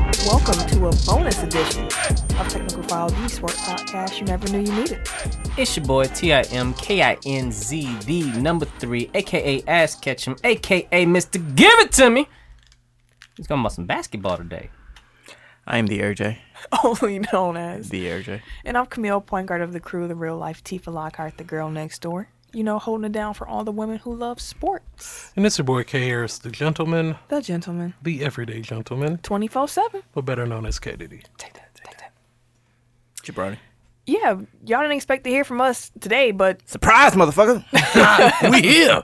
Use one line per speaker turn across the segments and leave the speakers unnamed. to a bonus edition of Technical File the Sport Podcast You Never Knew You Needed.
It's your boy T I M K I N Z D number three, aka Ass Ketchum, aka Mr. Give It To Me. He's gonna bust some basketball today.
I am the RJ.
Only known as.
The RJ.
And I'm Camille, point guard of the crew, the real life Tifa Lockhart, the girl next door. You know, holding it down for all the women who love sports.
And it's your boy K Harris, the gentleman,
The gentleman.
the everyday gentleman,
24 7.
but better known as KDD.
Take that, take that.
Jabroni.
Yeah, y'all didn't expect to hear from us today, but
Surprise, motherfucker! we here.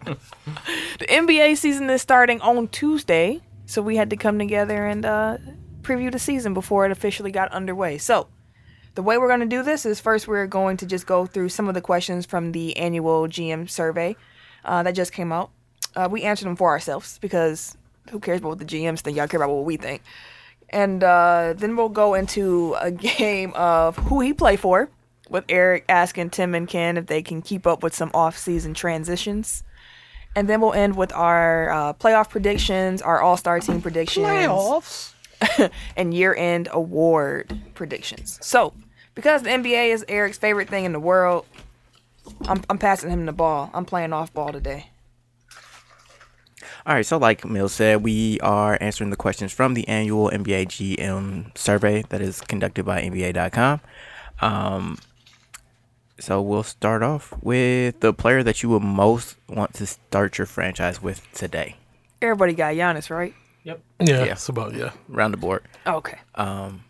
the NBA season is starting on Tuesday, so we had to come together and uh, preview the season before it officially got underway. So, the way we're going to do this is first we're going to just go through some of the questions from the annual GM survey uh, that just came out. Uh, we answered them for ourselves because who cares about what the GMs think? Y'all care about what we think. And uh, then we'll go into a game of who he play for, with Eric asking Tim and Ken if they can keep up with some off-season transitions. And then we'll end with our uh, playoff predictions, our All Star team predictions, and year end award predictions. So, because the NBA is Eric's favorite thing in the world, I'm, I'm passing him the ball. I'm playing off ball today.
All right, so like Mill said, we are answering the questions from the annual NBA GM survey that is conducted by NBA.com. Um, so we'll start off with the player that you would most want to start your franchise with today,
Everybody got Giannis, right?
Yeah,
Yeah.
it's about, yeah.
round the board.
Okay.
I'm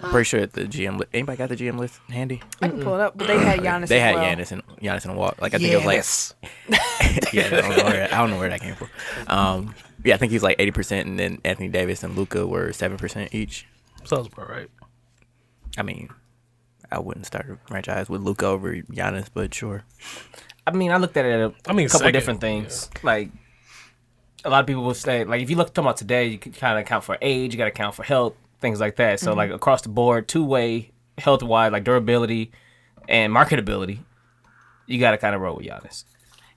pretty sure the GM. Li- anybody got the GM list handy?
I can pull it up, but they had Giannis.
They
as
had
well.
Giannis and Giannis and Walk. Like I think it was like yeah, I don't, know where, I don't know where that came from. Um, yeah, I think he was like eighty percent, and then Anthony Davis and Luca were seven percent each.
Sounds about right.
I mean, I wouldn't start a franchise with Luca over Giannis, but sure.
I mean, I looked at it at a
I mean,
couple
second,
different things. Like a lot of people will say, like if you look talking about today, you can kind of account for age, you got to account for health, things like that.
Mm-hmm.
So like across the board, two way health wise, like durability and marketability, you got to kind of roll with Giannis.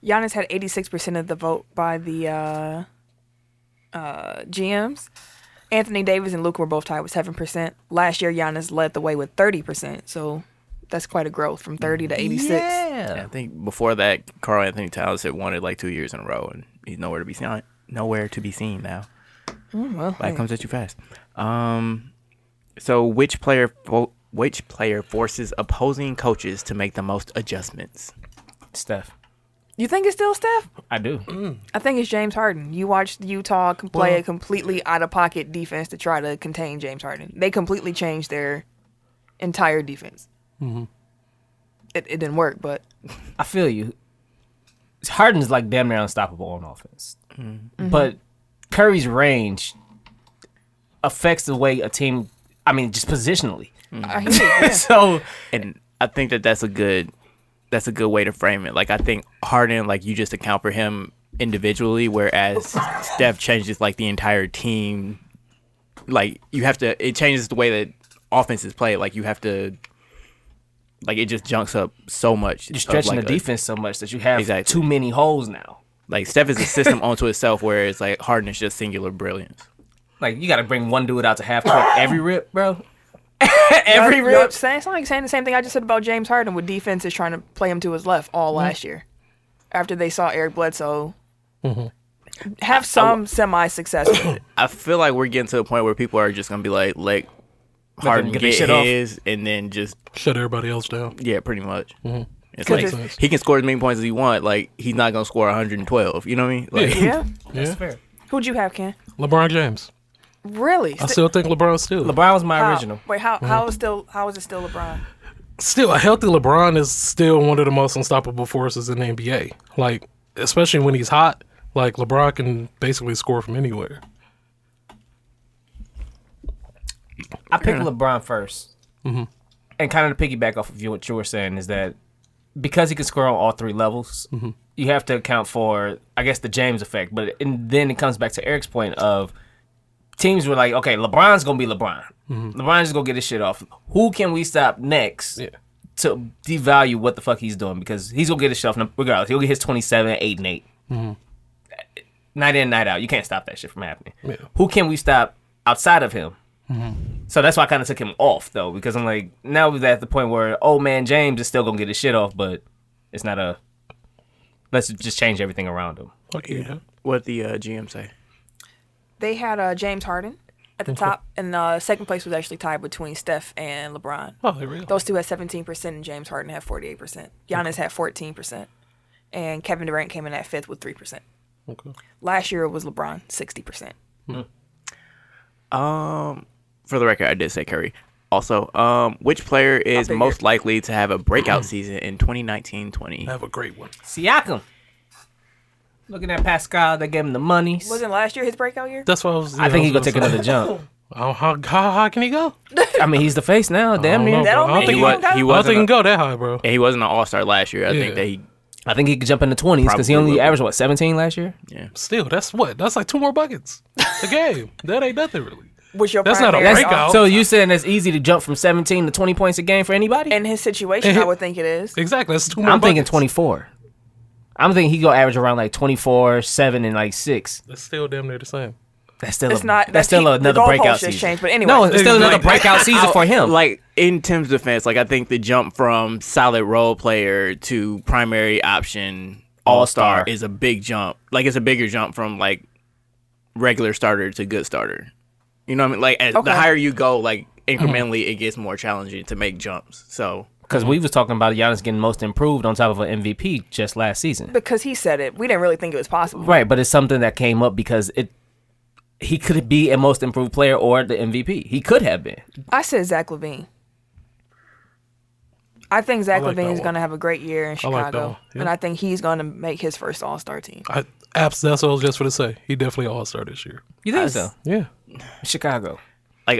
Giannis had 86% of the vote by the uh, uh, GMs. Anthony Davis and Luke were both tied with 7%. Last year, Giannis led the way with 30%. So that's quite a growth from 30 to 86.
And I think before that, Carl Anthony Towns had won it like two years in a row, and he's nowhere to be seen. Nowhere to be seen now.
Well,
Life comes at you fast. Um, so which player? Fo- which player forces opposing coaches to make the most adjustments?
Steph,
you think it's still Steph?
I do.
I think it's James Harden. You watched Utah com- play a completely out of pocket defense to try to contain James Harden. They completely changed their entire defense. It, it didn't work, but
I feel you. Harden's like damn near unstoppable on offense, but Curry's range affects the way a team. I mean, just positionally.
I hear you. Yeah.
So
and I think that that's a good that's a good way to frame it. Like I think Harden, like you just account for him individually, whereas Steph changes like the entire team. Like you have to, it changes the way that offense is played. Like you have to, like it just junks up so much.
you're stretching
like
the defense so much that you have
Exactly.
too many holes now.
like Steph is a system onto itself, whereas like Harden is just singular brilliance.
Like you got to bring one dude out to half court every rip, bro. every
Yup, yup,
rip.
saying- It's like saying the same thing I just said about James Harden with defenses trying to play him to his left all last year after they saw Eric Bledsoe have some semi success with it.
I feel like we're getting to the point where people are just gonna be like, let Harden
get their
get
shit off.
his, and then just
Shut everybody else down.
Yeah, pretty much. It's
Could
like
just-
he can score as many points as he want. Like he's not gonna score 112. You know what I mean? Like
Yeah.
Yeah.
Fair.
Who'd you have, Ken?
LeBron James.
Really?
I still think LeBron's still.
LeBron was my
How-
original.
Wait, how how is still how is it still LeBron?
Still, a healthy LeBron is still one of the most unstoppable forces in the NBA. Like, especially when he's hot, like, LeBron can basically score from anywhere.
I picked LeBron 1st and kind of to piggyback off of you, what you were saying is that because he can score on all three levels, you have to account for, I guess, the James effect. But and then it comes back to Eric's point of teams were like, okay, LeBron's gonna be LeBron. LeBron's just gonna get his shit off. Who can we stop next?
Yeah.
To devalue what the fuck he's doing because he's gonna get his shelf regardless. He'll get his 27, 8, and 8. Night in, night out. You can't stop that shit from happening. Who can we stop outside of him? So that's why I kind of took him off though, because I'm like, now we're at the point where old man James is still gonna get his shit off, but it's not a. Let's just change everything around him.
Okay. Yeah.
What the uh, GM say?
They had uh, James Harden at the top, and uh, second place was actually tied between Steph and LeBron.
Oh, they really.
Those two had 17%, and James Harden had 48%. Giannis had 14%, and Kevin Durant came in at fifth with 3%.
Okay.
Last year it was LeBron, 60%.
Um, for the record, I did say Curry. Also, um, which player is
figured.
most likely to have a breakout season in 2019-20?
Have a great one.
Siakam. Looking at Pascal, they gave him the money.
Wasn't last year his breakout year?
That's why I was.
I think
he
he's gonna take another jump.
Oh, how, how high can he go?
I mean, he's the face now. Damn
don't
near.
know.
That
bro,
don't
I
mean
don't think
he
he wa-
don't got it.
he
I
wa-
don't
Wasn't
think he
a-
can go that high, bro.
And he wasn't an All Star last year. I
Yeah.
think that he
I think he could jump in the twenties because he
Probably
only
will.
averaged what 17 last year.
Still, that's what. That's like two more buckets a game. that ain't nothing really.
Was your
That's not a
primary-
breakout.
So you saying it's easy to jump from 17 to 20 points a game for anybody?
In his situation, I would think it is.
Exactly. That's two more.
I'm thinking
buckets.
24. I'm thinking he gonna average around like 24, seven, and like six.
That's still damn near the same.
That's still
It's
a,
not- that's-
that's, still
he- the
another
goalposts
breakout
just
season.
changed, but anyway.
no, it's still another
Exactly.
breakout season for him.
Oh, Like in Tim's defense, like I think the jump from solid role player to primary option all
All-star.
star is a big jump. Like it's a bigger jump from like regular starter to good starter. You know what I mean? Like as,
Okay.
the higher you go, like incrementally, it gets more challenging to make jumps. So
because we was talking about Giannis getting most improved on top of an MVP just last season.
Because he said it. We didn't really think it was possible.
Right, but it's something that came up because it he could be a most improved player or the MVP. He could have been.
I said Zach Levine. I think Zach
like
Levine
that
is
one.
going to have a great year in
I
Chicago,
like that one. Yeah.
and I think he's going to make his first All Star team.
I, abs, that's what I was just going to say. He definitely all star this year.
You think so?
Yeah.
Chicago.
like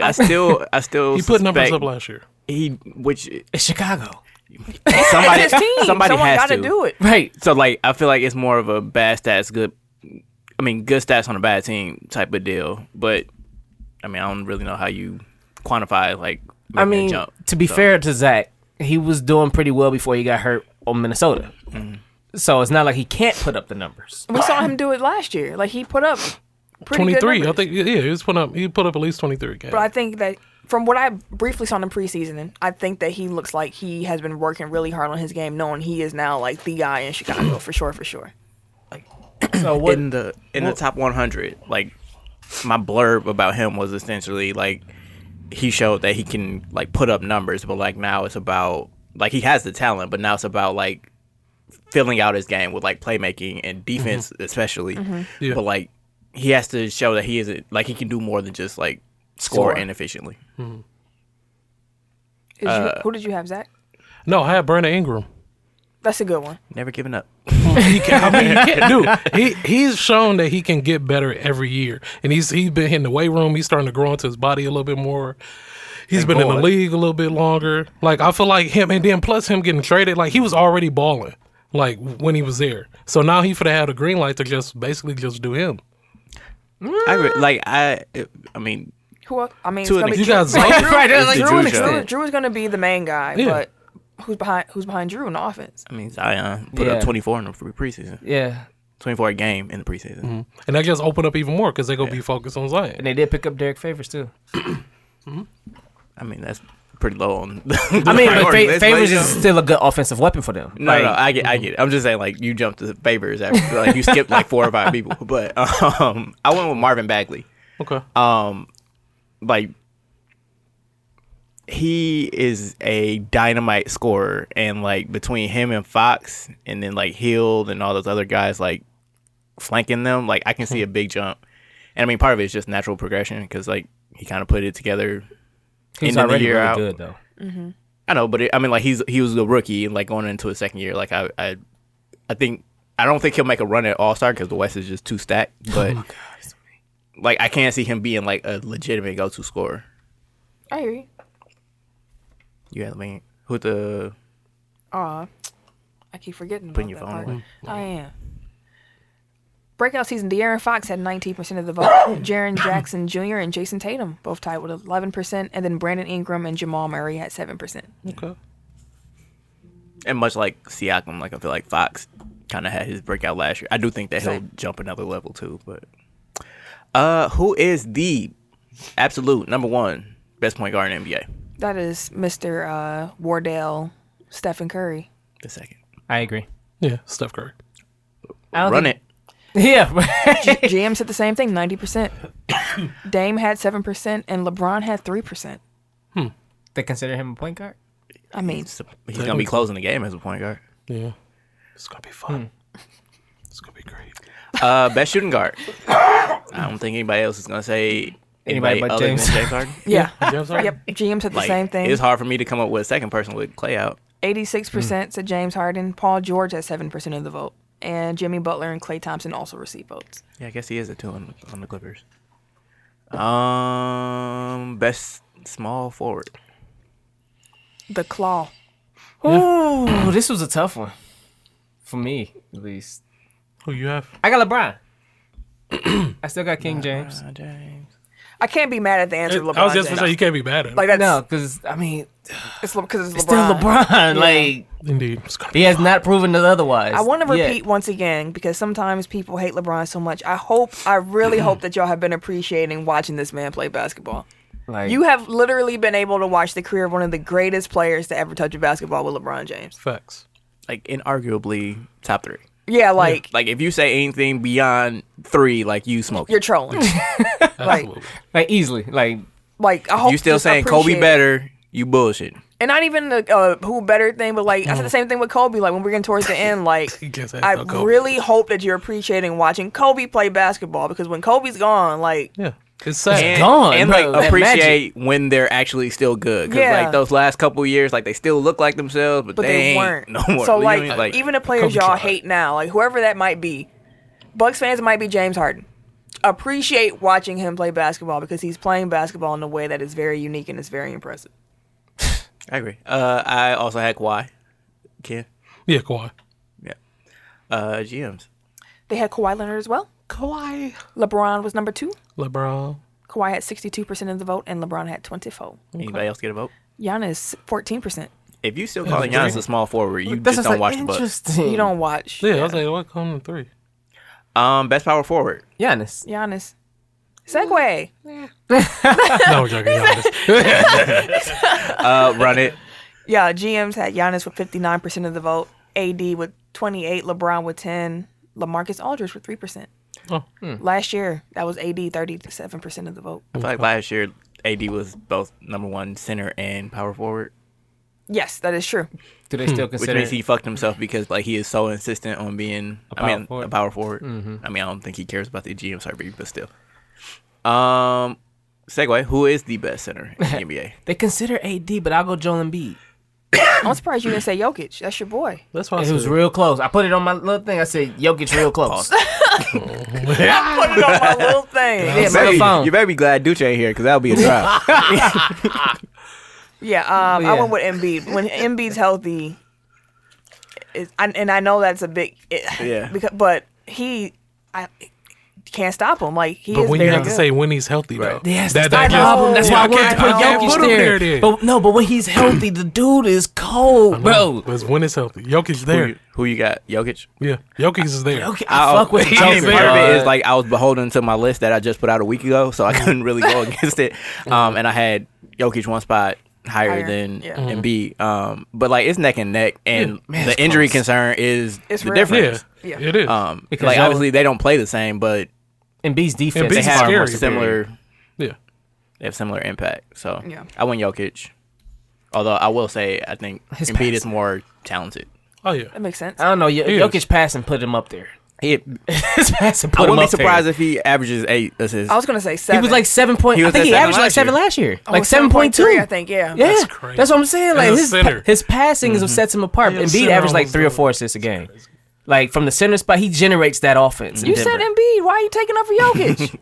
I still, I still
He put numbers
suspect
up last year.
He which
It's Chicago.
somebody
It's his team.
somebody
Someone
has
got to
to
do it.
Right.
So like I feel like it's more of a bad stats good I mean good stats on a bad team type of deal, but I mean I don't really know how you quantify like making
I
a
mean,
jump.
to be
So,
fair to Zach, he was doing pretty well before he got hurt on Minnesota. So it's not like he can't put up the numbers.
We saw him do it last year. Like he put up pretty
Twenty
good
three. I
numbers.
think. Yeah, he was putting up. He put up at least twenty three games.
But I think that from what I briefly saw in preseason, I think that he looks like he has been working really hard on his game, knowing he is now like the guy in Chicago for sure, for sure.
So what?
in the in the top 100, like my blurb about him was essentially like he showed that he can like put up numbers, but like now it's about like he has the talent, but now it's about like filling out his game with like playmaking and
Mm-hmm.
defense especially.
Yeah.
But like he has to show that he isn't like he can do more than just like score,
Score.
inefficiently.
Is you- who did you have, Zach?
no, I had Brandon Ingram.
That's a good one.
Never giving up.
He can, I mean, he can, dude. He he's shown that he can get better every year, and he's he's been in the weight room. He's starting to grow into his body a little bit more. He's been in the
balling.
league a little bit longer. Like I feel like him, and then plus him getting traded, like he was already balling, like when he was there. So now he finna have a green light to just basically just do him.
I re- like I I mean
Who? else? I mean, it's
To an
gonna be
You
Drew.
guys,
right,
it's
like,
the
Drew
Drew
and
show.
Drew, Drew is going to be the main guy,
Yeah.
but who's behind? Who's behind Drew in the offense?
I mean Zion put
Yeah.
up 24 in the pre- preseason.
yeah.
24 a game in the preseason.
Mm-hmm.
and that just open up even more because they gonna be focused on Zion.
And they did pick up Derek Favors too.
I mean that's pretty low on the
I mean, but
priority
Fa-
list,
Favors
you
is
know.
still a good offensive weapon for them.
No, no, I get, I get. It. I'm just saying, like you jumped to favors after, like you skipped like four or five people. But um, I went with Marvin Bagley.
Okay.
Uh,
Um, like he is a dynamite scorer, and like between him and Fox, and then like Hill and all those other guys, like flanking them, like I can see a big jump. And I mean, part of it is just natural progression because like he kind of put it together
he's
end of the
already
year
really
out.
good though.
I know, but it, I mean, like he's he was a rookie, and like going into his second year, like I I, I think I don't think he'll make a run at All Star because the West is just too stacked. But like I can't see him being like a legitimate go to scorer.
I hear you.
You know what I mean? Who the
Aw, I keep forgetting.
Putting
about
your
that
phone
part.
away.
I am. Breakout season: De'Aaron Fox had 19% of the vote. Jaron Jackson Jr. and Jason Tatum both tied with 11%, and then Brandon Ingram and Jamal Murray had 7%.
Okay.
and much like Siakam, like I feel like Fox kind of had his breakout last year. I do think that he'll
Same.
jump another level too. But uh, who is the absolute number one best point guard in NBA.
That is Mr. Uh, Wardell Stephen Curry.
The second.
I agree.
Yeah, Steph Curry.
I don't
Run
think-
it.
Yeah.
G- GM said the same thing, 90%. Dame had 7% and LeBron had 3%.
they consider him a point guard.
I mean,
He's gonna be closing the game as a point guard.
Yeah, it's gonna be fun. It's gonna be great.
Uh, best shooting guard. I don't think anybody else is gonna say
Anybody
anybody,
but
other
James.
than James Harden.
yeah.
James Harden?
Yep, GM said the
Like,
same thing.
It's hard for me to come up with a second person with Clay out.
86%
Mm.
said James Harden. Paul George had 7% of the vote. And Jimmy Butler and Klay Thompson also received votes.
Yeah, I guess he is a two on, on the Clippers. Um, best small forward.
The Claw.
Ooh, Oh, this was a tough one for me, at least.
Who you have?
I got LeBron. I still got King James.
Uh, James.
I can't be mad at the answer. LeBron
I was just
James.
gonna say you can't be bad at it.
like that's
No, because I mean,
it's because it's,
it's still
LeBron.
LeBron. Like
Indeed, it's gonna be
he has not proven it otherwise.
I want to
yet.
repeat once again because sometimes people hate LeBron so much. I hope, I really hope that y'all have been appreciating watching this man play basketball.
Like,
You have literally been able to watch the career of one of the greatest players to ever touch a basketball with LeBron James.
facts.
Like inarguably top three.
Yeah, like
Like if you say anything beyond three, like you smoke.
you're trolling.
Absolutely.
like easily. Like
like I hope
You still
just
saying Kobe
appreciate it.
better? You bullshit.
and not even the uh, who better thing, but like I
Mm.
said the same thing with Kobe. Like when we're getting towards the end, like
You can't say
I
no Kobe.
really hope that you're appreciating watching Kobe play basketball because when Kobe's gone, like
yeah, it's sad.
And- gone,
and
bro.
like
That
appreciate when they're actually still good. Cause
Yeah.
like those last couple years, like they still look like themselves, but,
but
they,
they,
ain't
weren't.
no more.
So
You know what I
like,
mean?
even the players
Kobe
y'all
tried.
hate now, like whoever that might be, Bucks fans might be James Harden. Appreciate watching him play basketball because he's playing basketball in a way that is very unique and is very impressive.
I agree. Uh, I also had Kawhi. Ken.
yeah, Kawhi.
Yeah. Uh, GMs.
They had Kawhi Leonard as well.
Kawhi.
LeBron was number two.
LeBron.
Kawhi had 62% of the vote, and LeBron had 24.
Anybody else get a vote?
Giannis, 14%.
If you still calling Giannis a small forward, you
that's
just
what's, like,
don't watch the Bucks.
interesting.
You don't watch
Yeah, I was like, what come to three?
Um, best power forward.
Giannis.
Giannis. Segway.
No, we're joking. yeah, this-
Uh, run it.
Yeah, GMs had Giannis with 59% of the vote, AD with 28, LeBron with 10, LaMarcus Aldridge with 3%.
oh,
Last year, that was AD 37% of the vote.
I feel like last year, AD was both number one center and power forward,
Yes, that is true.
Do they still
which
consider?
means he fucked himself because like he is so insistent on being. I
power
mean, a
forward. Mm-hmm.
power forward. I mean, I don't think he cares about the GM survey, but still. Um, segue. Who is the best center in the NBA?
they consider AD, but I'll go Joel Embiid.
I'm surprised you didn't say Jokic. That's your boy.
that's why I
It
said
was real close. I put it on my little thing. I said Jokic real close.
Put it on my little thing.
Yeah, my little phone.
You better be glad Duce ain't here because that'll be a trap.
Yeah, um, I
Yeah.
went with Embiid. When Embiid's healthy, it, I, and I know that's a big, it,
Yeah.
Because, but he, I can't stop him. Like he
But
is
when you
very
have to
good.
say when he's healthy,
Right.
though,
Yes, that's
that,
the
that just-
problem. That's
Yeah,
why I
I
wanted to
can't-
put
I can't
Jokic
put him
there.
there then.
But no, but when he's healthy, the dude is cold, bro.
But it's when it's healthy. Jokic's
who,
there.
you, who you got? Jokic.
Yeah, Jokic is there.
Okay, I, fuck with
I mean,
Jokic.
part of it is
dog.
like I was beholden to my list that I just put out a week ago, so I
Mm-hmm.
couldn't really go against it. Um, and I had Jokic one spot higher,
Higher,
than
yeah.
Embiid. Um, but like it's neck and neck, and
Mm-hmm. man, it's
the injury
close.
concern is
It's
the
real.
Yeah,
difference.
Yeah.
it is.
Um,
Because
like
y'all-
obviously they don't play the same, but
Embiid's defense.
Embiid's
they
It's
have more
scary.
similar.
yeah,
They have similar impact. So
Yeah.
I went Jokic. Although I will say, I think
His
Embiid
pass.
is more talented.
oh yeah.
that makes sense.
I don't know. Yo-
He is.
Jokic passing put him up there.
He,
His passing
I
put him up
wouldn't be surprised
there.
if he averages eight assists.
I was gonna say
He
seven.
was like seven point.
He
I
was
think
at
he
seven
averaged like
last
seven
year.
last year.
Oh,
like seven point two.
7.3, I think. Yeah.
Yeah,
That's
that's,
crazy.
what I'm saying. Like
a
his
center. Mm-hmm.
his passing is what sets him apart.
Yeah, a
Embiid
center
averaged like
almost
three or
always-
four assists a game. Like from the center spot, he generates that offense. in
You
Denver.
said Embiid. Why are you taking up for Jokic?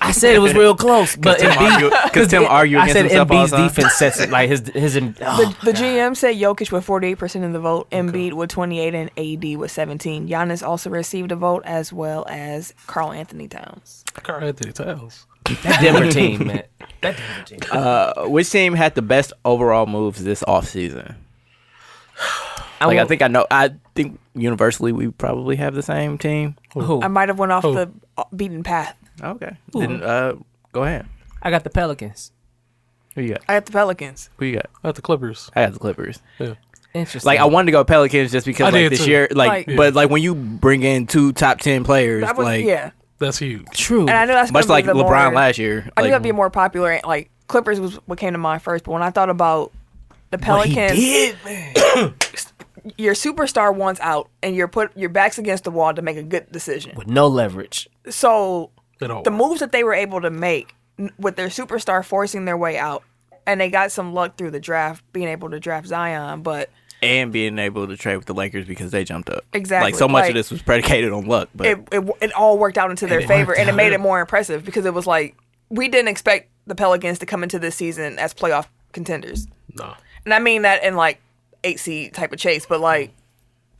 I said it was real close, but
Tim argue- 'cause Tim argue
I
against
said
himself all
Embiid's
the time.
defense sets it like his his.
the,
Oh,
the GM said Jokic with 48% of the vote, Embiid with 28, and AD with 17. Giannis also received a vote as well as Carl Anthony Towns.
Carl Anthony Towns.
that Denver team, man. Uh, That Denver team.
Uh, Which team had the best overall moves this offseason? Like I
won't-
think I know. I think universally we probably have the same team.
Who?
I might have went off
Oh.
the uh, beaten path.
Okay. Then uh, go ahead.
I got the Pelicans.
Who you got?
I got the Pelicans.
Who you got?
At the Clippers.
I got the Clippers.
Interesting.
Like I wanted to go Pelicans just because
I
like
did
this
too.
year, like,
Like-
but like when you bring in two top ten players,
That was
like
yeah.
That's huge.
true,
And I know that's
much
gonna
like
be the
LeBron
more-
last year.
I knew
like,
that'd be more popular. Like Clippers was what came to mind first, but when I thought about the
what he
Pelicans,
did,
your superstar wants out, and you're put your backs against the wall to make a good decision.
with no leverage.
So
At all.
the moves that they were able to make n- with their superstar forcing their way out, and they got some luck through the draft, being able to draft Zion. But
and being able to trade with the Lakers because they jumped up.
Exactly,
Like so much
like-
of this was predicated on luck, but
it it, it all worked out into their favor, and it made it more impressive because it was like we didn't expect the Pelicans to come into this season as playoff contenders.
Nah.
and I mean that in like eight seed type of chase, but like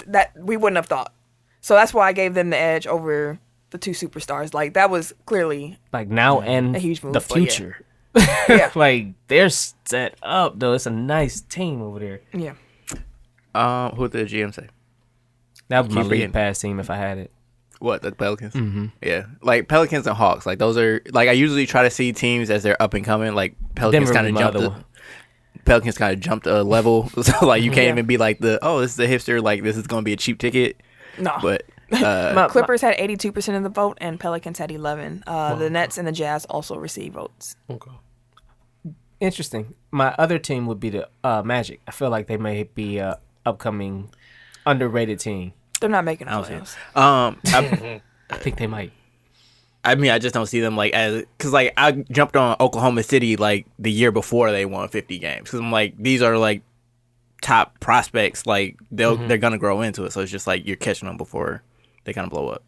that we wouldn't have thought. So that's why I gave them the edge over the two superstars. Like that was clearly
Like now and
A huge move,
the
but yeah.
future.
yeah,
Like they're set up though. It's a nice team over there.
yeah.
um, who did the GM say?
That would be my
Keep
league
forgetting.
pass team if I had it.
What the Pelicans?
Mm-hmm.
Yeah, like Pelicans and Hawks. Like those are like I usually try to see teams as they're up and coming. Like Pelicans
Denver
kind
was
of
my
jumped.
other
a-
one.
Pelicans kind of jumped a level, so like you can't
Yeah.
even be like the oh this is a hipster like this is gonna be a cheap ticket.
No,
But
My-
uh,
my-
Clippers had eighty two percent of the vote, and Pelicans had eleven. Uh, The Nets and the Jazz also received votes.
Okay.
Interesting. My other team would be the uh, Magic. I feel like they may be a upcoming underrated team.
They're not making the
I don't
playoffs.
see it. um, I,
I think they might.
I mean I just don't see them like as because like I jumped on Oklahoma City like the year before they won 50 games because I'm like these are like top prospects like they'll
Mm-hmm.
they're gonna grow into it. So it's just like you're catching them before they kind of blow up.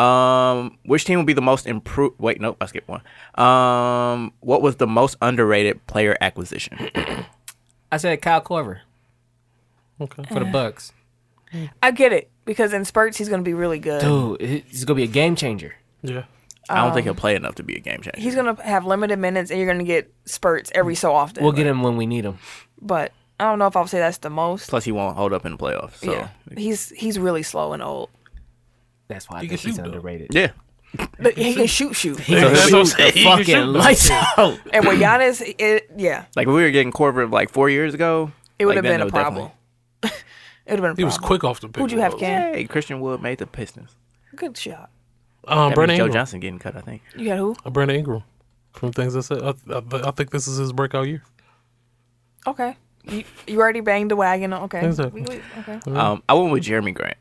Um, which team would be the most improved? Wait, nope, I skipped one. Um, what was the most underrated player acquisition?
I said Kyle Corver
Okay.
for the Bucks.
I get it because in spurts he's going to be really good.
Dude, he's gonna be a game changer.
Yeah.
I don't think he'll play enough to be a game changer.
Um, He's going to have limited minutes, and you're going to get spurts every so often.
We'll get him when we need him.
but I don't know if I would say that's the most.
Plus, he won't hold up in the playoffs. So
yeah,
yeah,
he's he's really slow and old.
That's why I
He
think
can
he's
shoot, though.
underrated.
But he can shoot, shoot.
He
So
can
he'll
shoot
shoot the-
the
he can shoot
fucking
the-
lights out.
And with Giannis, it, yeah,
like if we were getting Corver like four years ago,
it would have
like, then
been a
would
problem. it would have been a problem.
He was quick off the pick.
Who'd you have,
rolls.
Cam?
definitely- Hey, Christian Wood made the Pistons.
Good shot. Oh,
Um,
That means
Brandon
Joe
Ingram.
Johnson getting cut, I think.
You got who?
Uh, Brandon Ingram. From things I said, I, I, I think this is his breakout year.
Okay. You, you already banged the wagon. Okay.
Exactly.
We- we- Okay.
Um, I went with Jeremy Grant.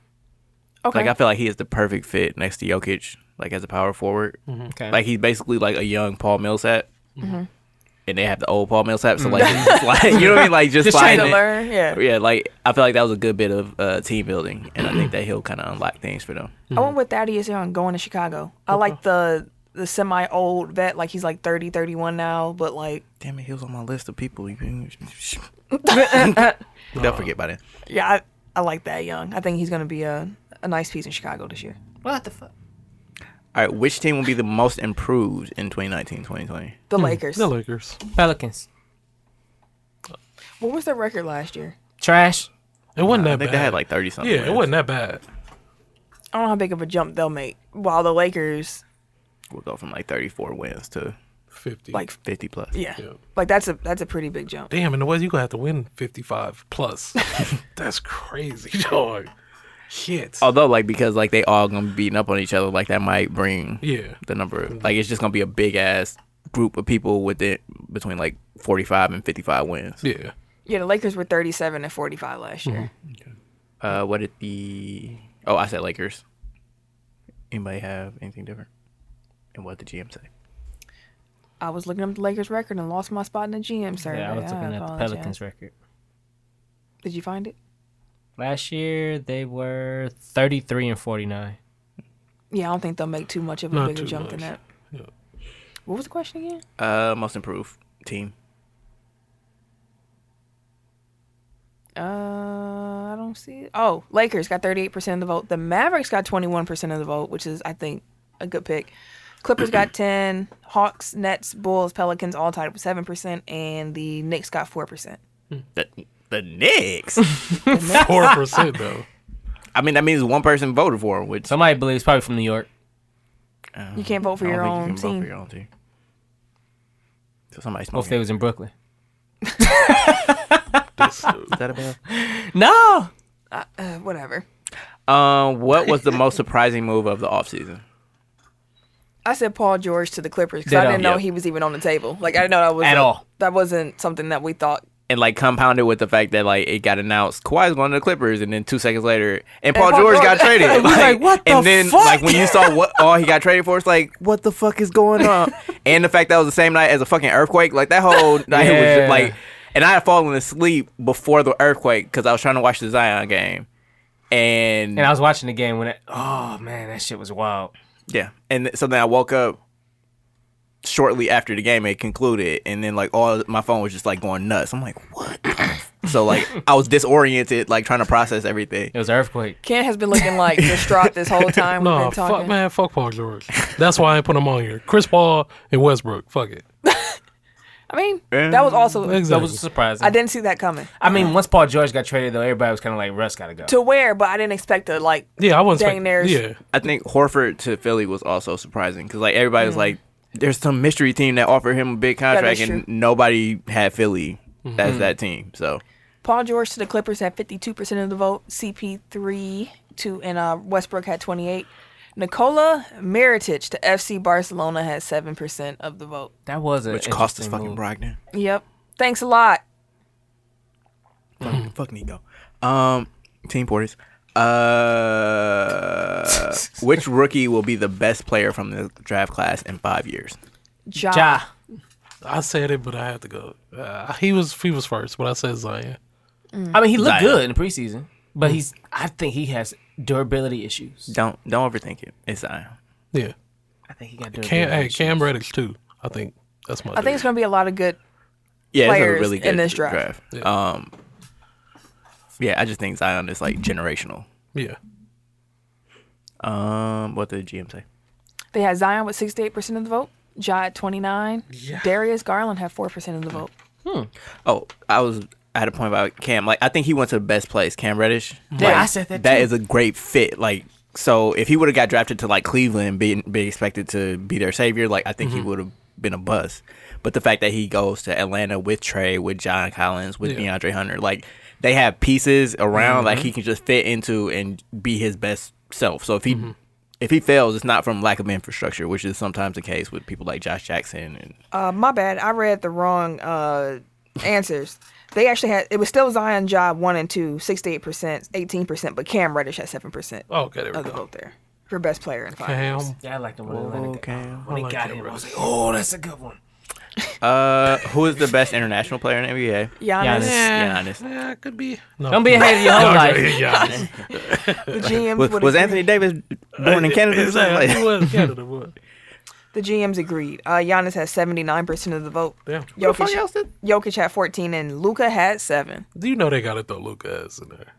Okay.
Like I feel like he is the perfect fit next to Jokic, like as a power forward.
Mm-hmm.
Okay.
Like he's basically like a young Paul Millsap. And they have the old Paul Millsap, so like, it's just like you know what I mean? Like just,
Just
Mm-hmm. Trying
sliding
to
it.
learn. Yeah.
Yeah, like I feel like that was a good bit of uh, team building, and I think that he'll kind of unlock things for them.
Mm-hmm.
I went with Thaddeus Young going to Chicago. I like the the semi old vet. Like he's like 30, 31 now, but like,
Damn it, he was on my list of people. You They'll forget about it.
yeah, I, I like that young. I think he's going to be a, a nice piece in Chicago this year.
what the fuck?
All right, which team will be the most improved in 2019 2020?
Hmm.
The Mm. Lakers.
The Lakers.
Pelicans.
What was their record last year?
Trash.
It wasn't
I
that
think
bad.
they had like 30 something.
yeah, it wasn't that bad.
I don't know how big of a jump they'll make. While the Lakers,
We'll go from like 34 wins to
50.
like,
50 plus.
yeah,
Yeah.
like that's a that's a pretty big jump.
damn, in the West, you're going to have to win 55 plus. That's crazy, dog. Shit.
Although, like, because like they all gonna be beating up on each other, like that might bring
yeah. Mm-hmm.
the number. Of, like, it's just gonna be a big ass group of people with it between like 45 and 55 wins.
Yeah.
Yeah, the Lakers were 37 and 45 last
Mm-hmm.
year.
Uh, what did the? Oh, I said Lakers. Anybody have anything different? And what did the GM say?
I was looking up the Lakers record and lost my spot in the GM survey.
Yeah, I was looking at the
apologize.
Pelicans record.
Did you find it?
Last year they were thirty three and forty nine.
Yeah, I don't think they'll make too much of a
Not
bigger
too
jump than
much.
that.
Yeah.
What was the question again?
Uh, most improved team.
Uh, I don't see it. Oh, Lakers got 38% of the vote. The Mavericks got 21% of the vote, which is, I think, a good pick. Clippers got 10. Hawks, Nets, Bulls, Pelicans all tied with 7%. And the Knicks got 4%.
The the Knicks.
4% though.
I mean, that means one person voted for him, which
Somebody believes probably from New York.
You can't vote for
I don't
your
think you
own
can vote
team.
for your own team. Somebody
What if they
smoking.
was in Brooklyn?
Is that a bell? No.
Uh, whatever.
Um, what was the most surprising move of the offseason?
I said Paul George to the Clippers because I
Ditto.
didn't know
Yep.
he was even on the table. Like I didn't know that was
At all.
That wasn't something that we thought.
And like compounded with the fact that like it got announced Kawhi's going to the Clippers, and then two seconds later, and Paul,
Paul
George,
George-
got traded.
We was like, what the
And then
fuck?
like when you saw what all he got traded for, it's like what the fuck is going on? and the fact that was the same night as a fucking earthquake, like that whole night was
Yeah.
just like. And I had fallen asleep before the earthquake because I was trying to watch the Zion game, and,
And I was watching the game when it. Oh man, that shit was wild.
yeah, and th- so then I woke up shortly after the game had concluded, and then like all my phone was just like going nuts. I'm like, what? so like I was disoriented, like trying to process everything.
It was an earthquake.
Ken has been looking like distraught this whole time we've
No,
been talking.
fuck man, fuck Paul George. That's why I ain't put him on here. Chris Paul and Westbrook, fuck it.
I mean, that was also.
That
Exactly.
was surprising.
I didn't see that coming.
I mean, once Paul George got traded, though, everybody was kind of like, "Russ got to go."
To where, but I didn't expect to like.
yeah, I wasn't.
Dang,
expect-
there's-
yeah,
I think Horford to Philly was also surprising because like everybody was like, there's some mystery team that Mm-hmm. offered him a big contract,
is
and nobody had Philly as that team. So
Paul George to the Clippers had 52% of the vote. CP3 to and uh, Westbrook had 28. Nikola Mirotic to FC Barcelona had 7% of the vote.
That was a
which cost us
interesting
fucking
move.
Brogdon.
Yep. Thanks a lot.
Fuck- Fuck Nico. Um, Team Porters. Uh, which rookie will be the best player from the draft class in five years?
Ja.
Ja.
I said it, but I had to go. Uh, he was he was first, but I said Zion.
I mean, he looked
Zion.
good in the preseason, but he's. I think he has durability issues.
Don't don't overthink it. It's uh, Zion.
Yeah,
I think he got durability
Cam, hey,
issues.
Cam Reddish too. I think that's my.
I think it's going to be a lot of good.
Yeah, it's
Players
a really
in
good
this draft.
Yeah. Um, yeah, I just think Zion is like generational.
yeah.
Um, what did the GM say?
They had Zion with 68% of the vote. Ja at 29. Darius Garland had 4% of the vote.
Oh, I was at a point about Cam. Like, I think he went to the best place, Cam Reddish.
Yeah,
Like,
I said that
That
too.
is a great fit. Like, so if he would have got drafted to like Cleveland, being being expected to be their savior, like I think
Mm-hmm.
he would have been a bust. But the fact that he goes to Atlanta with Trey, with John Collins, with
Yeah.
DeAndre Hunter, like they have pieces around like
Mm-hmm.
he can just fit into and be his best self. So if he
Mm-hmm.
if he fails, it's not from lack of infrastructure, which is sometimes the case with people like Josh Jackson and
Uh, my bad. I read the wrong uh, answers. They actually had, it was still Zion, Ja 1 and 2, 68%, 18%, but Cam Reddish had 7%
Oh, okay, there we
of the
go.
vote there for best player in five years.
Cam.
Yeah, I like the one Atlanta got.
Okay.
When he
like
got
Cam
him, I was like,
Reddish.
"Oh, that's a good one."
Uh, who is the best international player in the NBA?
Giannis,
Giannis.
Yeah, honest.
Yeah, it could be. No.
Don't be ahead of your whole life.
Yeah,
the GMs
Was,
would
was
agree-
Anthony Davis
Uh,
born in Canada? or something like
exactly.
that?
was Canada. What?
The GMs agreed. Uh, Giannis had seventy nine percent of the vote.
Damn.
Who the fuck else did-
Jokic had fourteen, and Luca had seven.
Do you know they got to throw Luca in there?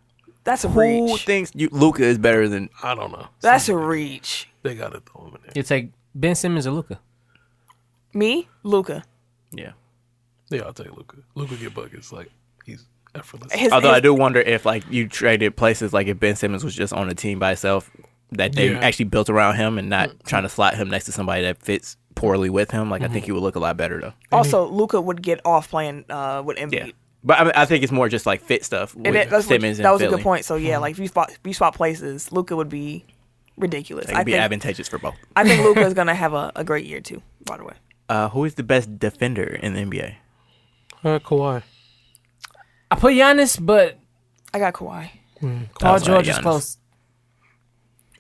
That's a
Who
reach.
thinks you, Luca is better than?
I don't know.
That's a reach.
They got to throw him in there.
You take Ben Simmons or Luca.
Me, Luca.
Yeah.
Yeah, I'll take Luca. Luca get buckets like he's effortless.
His,
Although I
his-
do wonder if like you traded places, like if Ben Simmons was just on a team by himself, that they
Yeah.
actually built around him and
Mm.
not trying to slot him next to somebody that fits poorly with him. Like I
Mm-hmm.
think he would look a lot better though.
also Luca would get off playing uh, with Embiid.
Yeah. But I, mean, I think it's more just like fit stuff with
And that, that's what-
Simmons and
that was a
Philly.
good point. So yeah, like if you swap, if you swap places, Luca would be ridiculous.
It
I
would be
think,
advantageous for both.
I think Luca is gonna have a, a great year too. By the way,
Uh, who is the best defender in the NBA?
Uh, Kawhi.
I put Giannis, but
I got Kawhi.
Paul
was like
George is
Giannis.
close.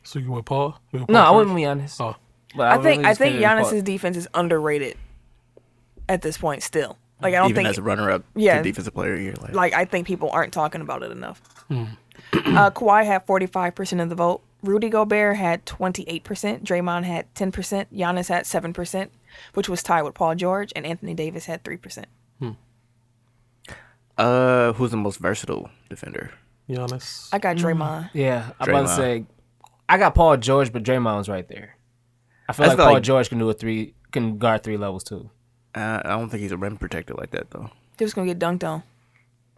So you want Paul? You want
No, I
Paul
wouldn't
first?
be Giannis.
Oh,
But
I
would
think
really
I
just
think
put it in
Giannis's
Paul.
defense is underrated at this point. Still, like I don't
Even
think
as a runner-up
Yeah.
to defensive player of the year, like,
like I think people aren't talking about it enough. uh, Kawhi had forty five percent of the vote. Rudy Gobert had twenty eight percent. Draymond had ten percent. Giannis had seven percent, which was tied with Paul George, and Anthony Davis had three percent.
uh, who's the most versatile defender?
Giannis.
I got Draymond.
Yeah, I'm about to
Draymond.
say, I got Paul George, but Draymond's right there. I feel
I
like
feel
Paul
like-
George can do a three, can guard three levels too.
Uh, I don't think he's a rim protector like that though.
He was gonna get dunked on.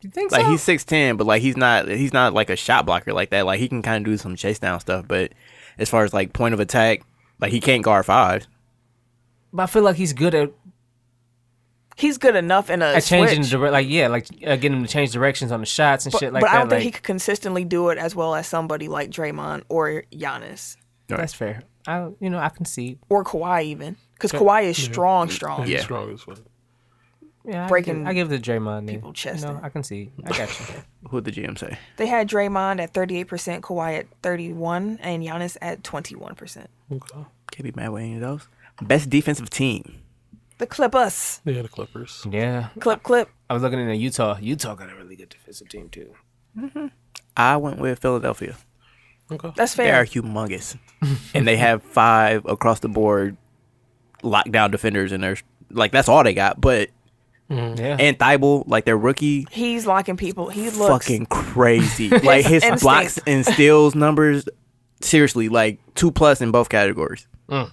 You think
Like
so?
he's six ten, but like he's not he's not like a shot blocker like that. Like he can kind of do some chase down stuff, but as far as like point of attack, like he can't guard five.
but I feel like he's good at
he's good enough in a
At changing
switch,
direct, like yeah, like uh, getting him to change directions on the shots and
but,
shit like
but
that.
I don't
like,
think he could consistently do it as well as somebody like Draymond or Giannis
That's fair. I you know I can see.
or Kawhi even because Kawhi is strong, strong.
He's
Yeah.
strong as fuck.
Yeah, I
Breaking
give, I give the Draymond there.
people's chest
You know,
in.
I can see. I got you.
Who'd the GM say?
They had Draymond at 38%, Kawhi at 31, and Giannis at 21%.
Okay.
Can't be mad with any of those. Best defensive team.
The clip us.
Yeah, the Clippers.
yeah,
Clip, clip.
I was looking into Utah. Utah got a really good defensive team too.
I went with Philadelphia.
Okay.
That's
They are
fair.
humongous, and they have five across the board lockdown defenders in there. Like that's all they got. But
Yeah,
and Thibault, like their rookie,
He's locking people. He looks.
fucking crazy. like his
instinct.
blocks and steals numbers, seriously, like two plus in both categories
Mm.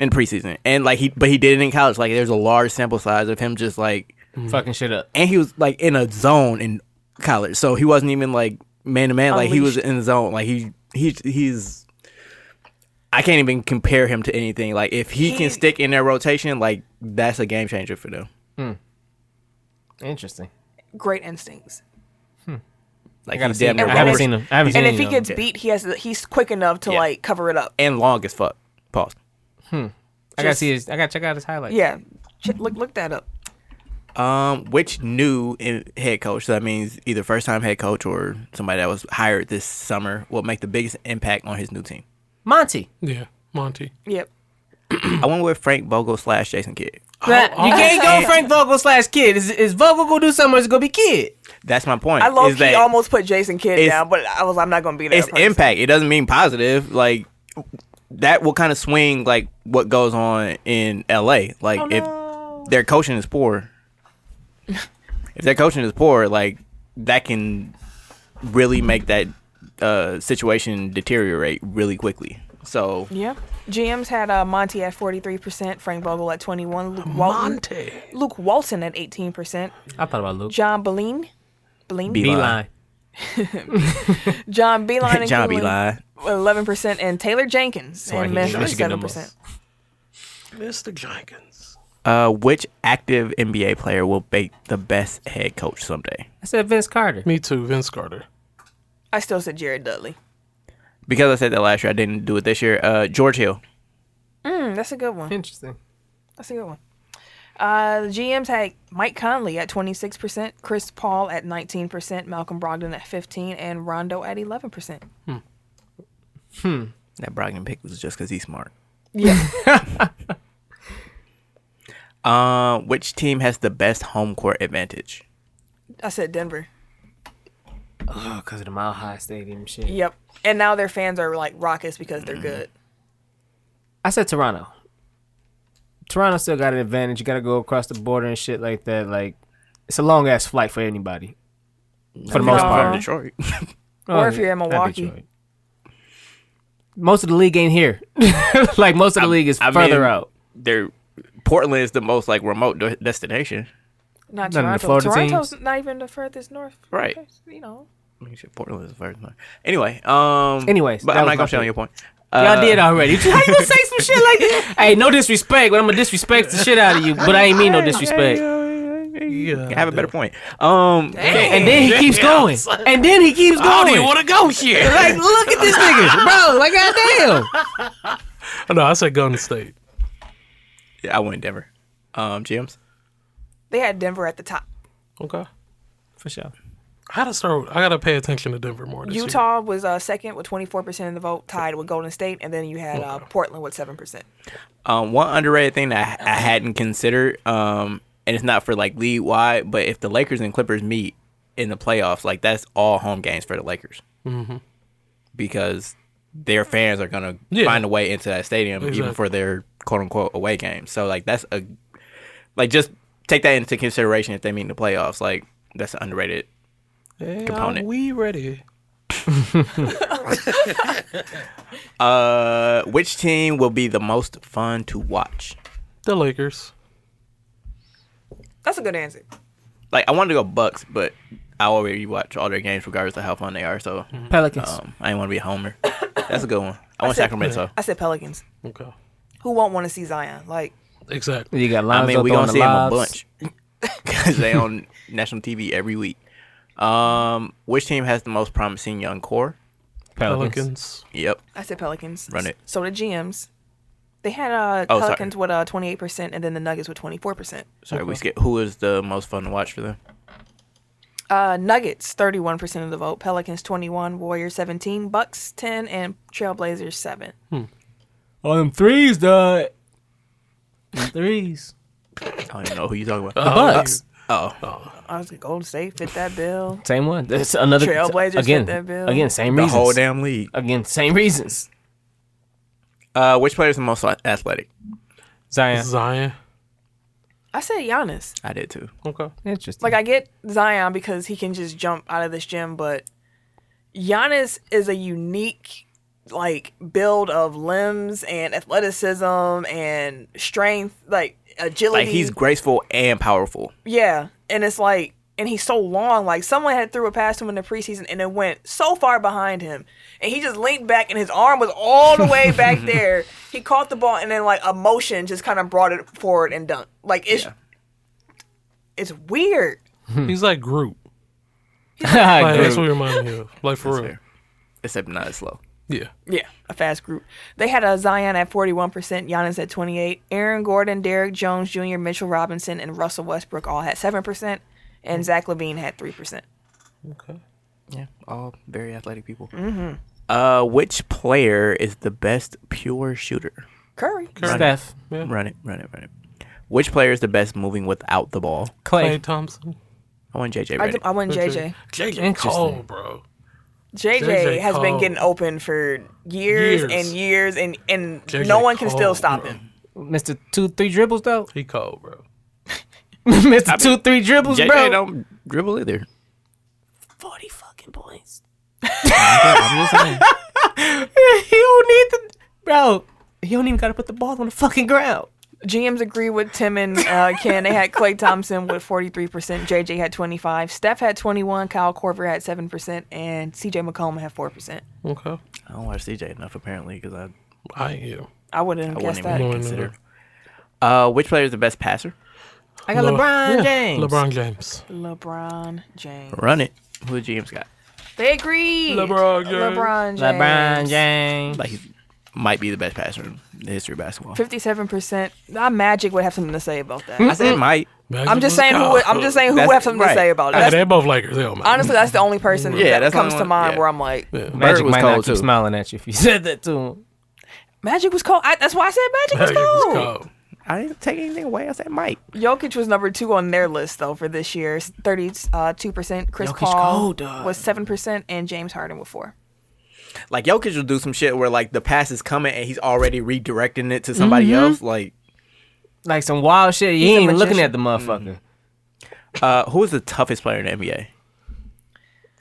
in preseason. And like he, but he did it in college. Like there's a large sample size of him just like,
fucking shit up.
and he was like in a zone in college, so he wasn't even like man to man. Like he was
Unleashed.
in the zone. Like he he he's. I can't even compare him to anything. Like if he,
He-
can stick in their rotation, like that's a game changer for them.
Interesting.
Great instincts.
Like
gotta
he's
see
damn
him.
near
I haven't
Robert-
seen him. I haven't
And
seen
if he
him.
gets beat, he has to, he's quick enough to
Yeah.
like cover it up.
and long as fuck. Pause.
I gotta see his. I gotta check out his highlights.
Yeah. Ch- Look, look that up.
Um, which new in- head coach? So that means either first time head coach or somebody that was hired this summer will make the biggest impact on his new team.
Monty.
Yeah, Monty.
Yep.
I went with Frank Bogle slash Jason Kidd.
you can't go Frank Vogel slash Kid. Is, is Vogel gonna do something? Or is it gonna be Kid?
That's my point.
I low
is
key
that
almost put Jason Kidd
it's-
down, but I was I'm not gonna be there.
it's impact. It doesn't mean positive. Like that will kind of swing like what goes on in LA. Like if their coaching is poor, if their coaching is poor, like that can really make that uh, situation deteriorate really quickly. So
Yeah. GM's had uh, Monty at 43%, Frank Bogle at 21, Luke Walton, Luke Walton at 18%,
I thought about Luke.
John Beline, Beline,
Be-
Beeline.
John Beeline, and
John B.
Cleveland.
Line.
eleven percent, and Taylor Jenkins
why
and
he
Memphis
Michigan
seven
number.
percent.
Mr. Jenkins.
Uh, which active NBA player will make the best head coach someday?
I said Vince Carter.
Me too, Vince Carter.
I still said Jared Dudley.
Because I said that last year, I didn't do it this year. Uh, George Hill.
Hmm, that's a good one.
Interesting.
That's a good one. Uh, the GMs had Mike Conley at twenty six percent, Chris Paul at nineteen percent, Malcolm Brogdon at fifteen, and Rondo at eleven percent.
That Brogdon pick was just because he's smart.
Yeah,
Uh, which team has the best home court advantage?
I said Denver.
Oh, because of the Mile High Stadium shit.
Yep. And now their fans are like raucous because they're good.
I said Toronto. Toronto still got an advantage. You got to go across the border and shit like that. Like, it's a long ass flight for anybody. For the most
No.
part.
Detroit.
Or if you're in
not
Milwaukee.
Detroit. Most of the league ain't here. like, most of the league is
I
further
mean,
out.
They're Portland is the most like remote de- destination.
Not
None of
Toronto.
the Florida
Toronto's not even the furthest north.
Right.
You know.
I mean, shit, Portland is the first one. Anyway, um.
Anyways,
but
that
I'm
was
not
my
gonna shit on
pick.
your point.
Y'all
Uh,
did already. How you gonna say some shit like that? hey, no disrespect, but I'm gonna disrespect the shit out of you. But I ain't mean no disrespect.
Yeah.
I have a better point. Um.
And then he keeps going. And then he keeps going.
to go here.
like, look at this nigga, bro. Like, goddamn.
no, I said Golden State.
I went Denver. Um, GMs.
They had Denver at the top.
Okay.
For sure.
I gotta start. I gotta pay attention to Denver more. This Year.
Utah was uh, second with 24% of the vote, tied with Golden State, and then you had uh, Portland with 7%.
Um, one underrated thing that I, I hadn't considered, um, and it's not for like league wide, but if the Lakers and Clippers meet in the playoffs, like that's all home games for the Lakers
Mm-hmm.
because their fans are gonna
Yeah.
find a way into that stadium, even
Exactly.
for their quote unquote away games. So like that's a like just take that into consideration if they meet in the playoffs. Like that's an underrated.
Hey, are
Component.
we ready?
Uh, which team will be the most fun to watch?
The Lakers.
That's a good answer.
Like I wanted to go Bucks, but I already watch all their games regardless of how fun they are. So.
Pelicans.
Um, I didn't want to be a homer. That's a good one. I want Sacramento.
I said Pelicans.
Okay.
Who won't want to see Zion? Like,
Exactly.
you got
I
Lonzo
mean, we
throwing
gonna
the
see him a
lobs.
bunch. because they on national TV every week. Um, which team has the most promising young core?
Pelicans.
Yep.
I said Pelicans.
Run it.
So did GMs. They had uh,
Oh, sorry.
Pelicans with uh, 28% and then the Nuggets with 24%.
Sorry, we skip. Who is the most fun to watch for them?
Uh, Nuggets 31% of the vote, Pelicans 21, Warriors 17, Bucks 10, and Trailblazers 7.
On them threes, dog. threes.
I don't even know who you talking about. Oh,
Bucks.
I was like, Golden State fit that bill.
Same one. That's another
Trailblazers
again.
fit that bill.
Again, same
the
reasons.
whole damn league.
Again, same reasons.
Uh, which player is the most athletic?
Zion.
Zion.
I said Giannis.
I did too.
Okay.
Interesting.
Like I get Zion because he can just jump out of this gym, but Giannis is a unique like build of limbs and athleticism and strength, like agility.
Like he's graceful and powerful.
Yeah, and it's like, and he's so long. Like someone had threw a pass to him in the preseason, and it went so far behind him, and he just leaned back, and his arm was all the way back there. He caught the ball, and then like a motion just kind of brought it forward and dunked. Like it's, it's weird.
Hmm. He's like Groot. Like,
Groot.
That's what he reminded me of. Like for real.
fair. Except not as slow.
Yeah.
Yeah, a fast group. They had a Zion at 41%, Giannis at 28, Aaron Gordon, Derek Jones Jr., Mitchell Robinson, and Russell Westbrook all had 7%, and Zach Levine had 3%.
Okay.
Yeah, all very athletic people.
Mm-hmm.
Uh, which player is the best pure shooter?
Curry.
Steph.
Run it, run it, run it. Which player is the best moving without the ball?
Clay
Clay.
Thompson.
I want JJ.
I,
Redick.
I went JJ.
JJ
Interesting.
Cole, bro.
JJ,
JJ
has been
Cole.
getting open for years,
Years.
and years, and and
JJ
no one can
Cole,
still stop
bro.
him.
Mr. Two Three Dribbles though.
He cold, bro.
Mr. Two Three Dribbles,
JJ
bro.
don't dribble either.
Forty fucking points. he don't need the bro. He don't even gotta put the ball on the fucking ground.
GMs agree with Tim and uh, Ken. They had Clay Thompson with forty three percent. JJ had twenty five. Steph had twenty one. Kyle Corver had seven percent, and CJ McCollum had four percent.
Okay.
I don't watch CJ enough apparently because I,
I am.
I wouldn't have
I
guessed
wouldn't
that.
even
that.
consider. Uh, which player is the best passer?
I got
Le-
LeBron
yeah,
James.
LeBron James.
LeBron James.
Run it. Who the GM's got?
They agreed.
LeBron James.
LeBron James.
LeBron James.
Like he might be the best passer in the history of basketball.
Fifty-seven percent. Magic would have something to say about that.
I said might.
I'm just saying who. Would, I'm just saying who would
Hmm? That's-
have something to
right.
say about it.
Yeah,
That's-
they're both Lakers. They don't matter.
honestly, that's the only person
Yeah,
that
that's the
comes
only
to
one-
mind
yeah.
where I'm like,
Magic
Bird was
might not
cold,
keep
too.
smiling at you if you said that to him.
Magic was cold. I, that's why I said Magic,
Lakers
was, cold.
cold.
I didn't take anything away. I said might.
Jokic was number two on their list though for this year, thirty-two percent. Chris
Jokic
Paul
cold, dog.
was seven percent, and James Harden with four.
Like Jokic will do some shit where like the pass is coming and he's already redirecting it to somebody
Mm-hmm.
else. Like
Like some wild shit. You
He's a
ain't even looking
magician.
at the
Mm-hmm.
motherfucker.
uh, who is the toughest player in the NBA?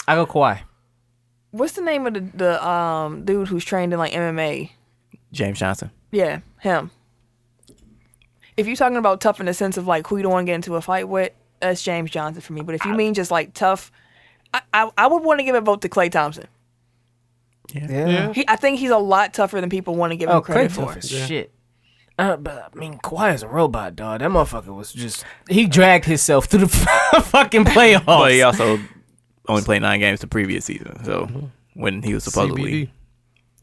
I go Kawhi.
What's the name of the, the um dude who's trained in like MMA?
James Johnson.
Yeah, him. If you're talking about tough in the sense of like who you don't want to get into a fight with, that's James Johnson for me. But if you mean just like tough, I I, I would want to give a vote to Clay Thompson.
Yeah.
He, I think he's a lot tougher than people want to give him
Oh, Clay
credit for.
tough as shit. Uh, but I mean, Kawhi is a robot, dog. That motherfucker was just—he dragged himself through the fucking playoffs.
Oh,
But he also only played nine games the previous season.
Mm-hmm.
So when he was supposedly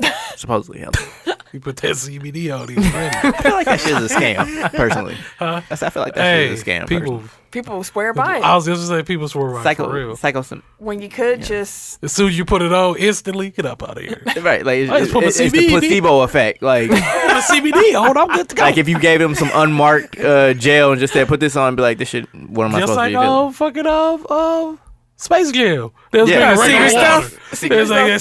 CBD.
supposedly healthy.
He put that CBD out. He was ready.
I feel like that shit is a scam, personally. That's- I feel like that
hey,
shit is a scam.
people.
People swear by it.
I was just gonna say people swear right for
Psycho,
real.
psycho,
when you could just
As soon as you put it on, instantly get up out of here.
right? Like it's,
I just put my
it's- it's the
CBD.
placebo effect. Like,
Put a CBD on, I'm good to go.
like if you gave him some unmarked uh, gel and just said, "Put this on," and be like, "This shit, what am I
just
supposed
like
to be doing?"
um, fucking um, um, Space Jam. There's
Yeah,
yeah,
secret
secret
stuff.
stuff. There's like that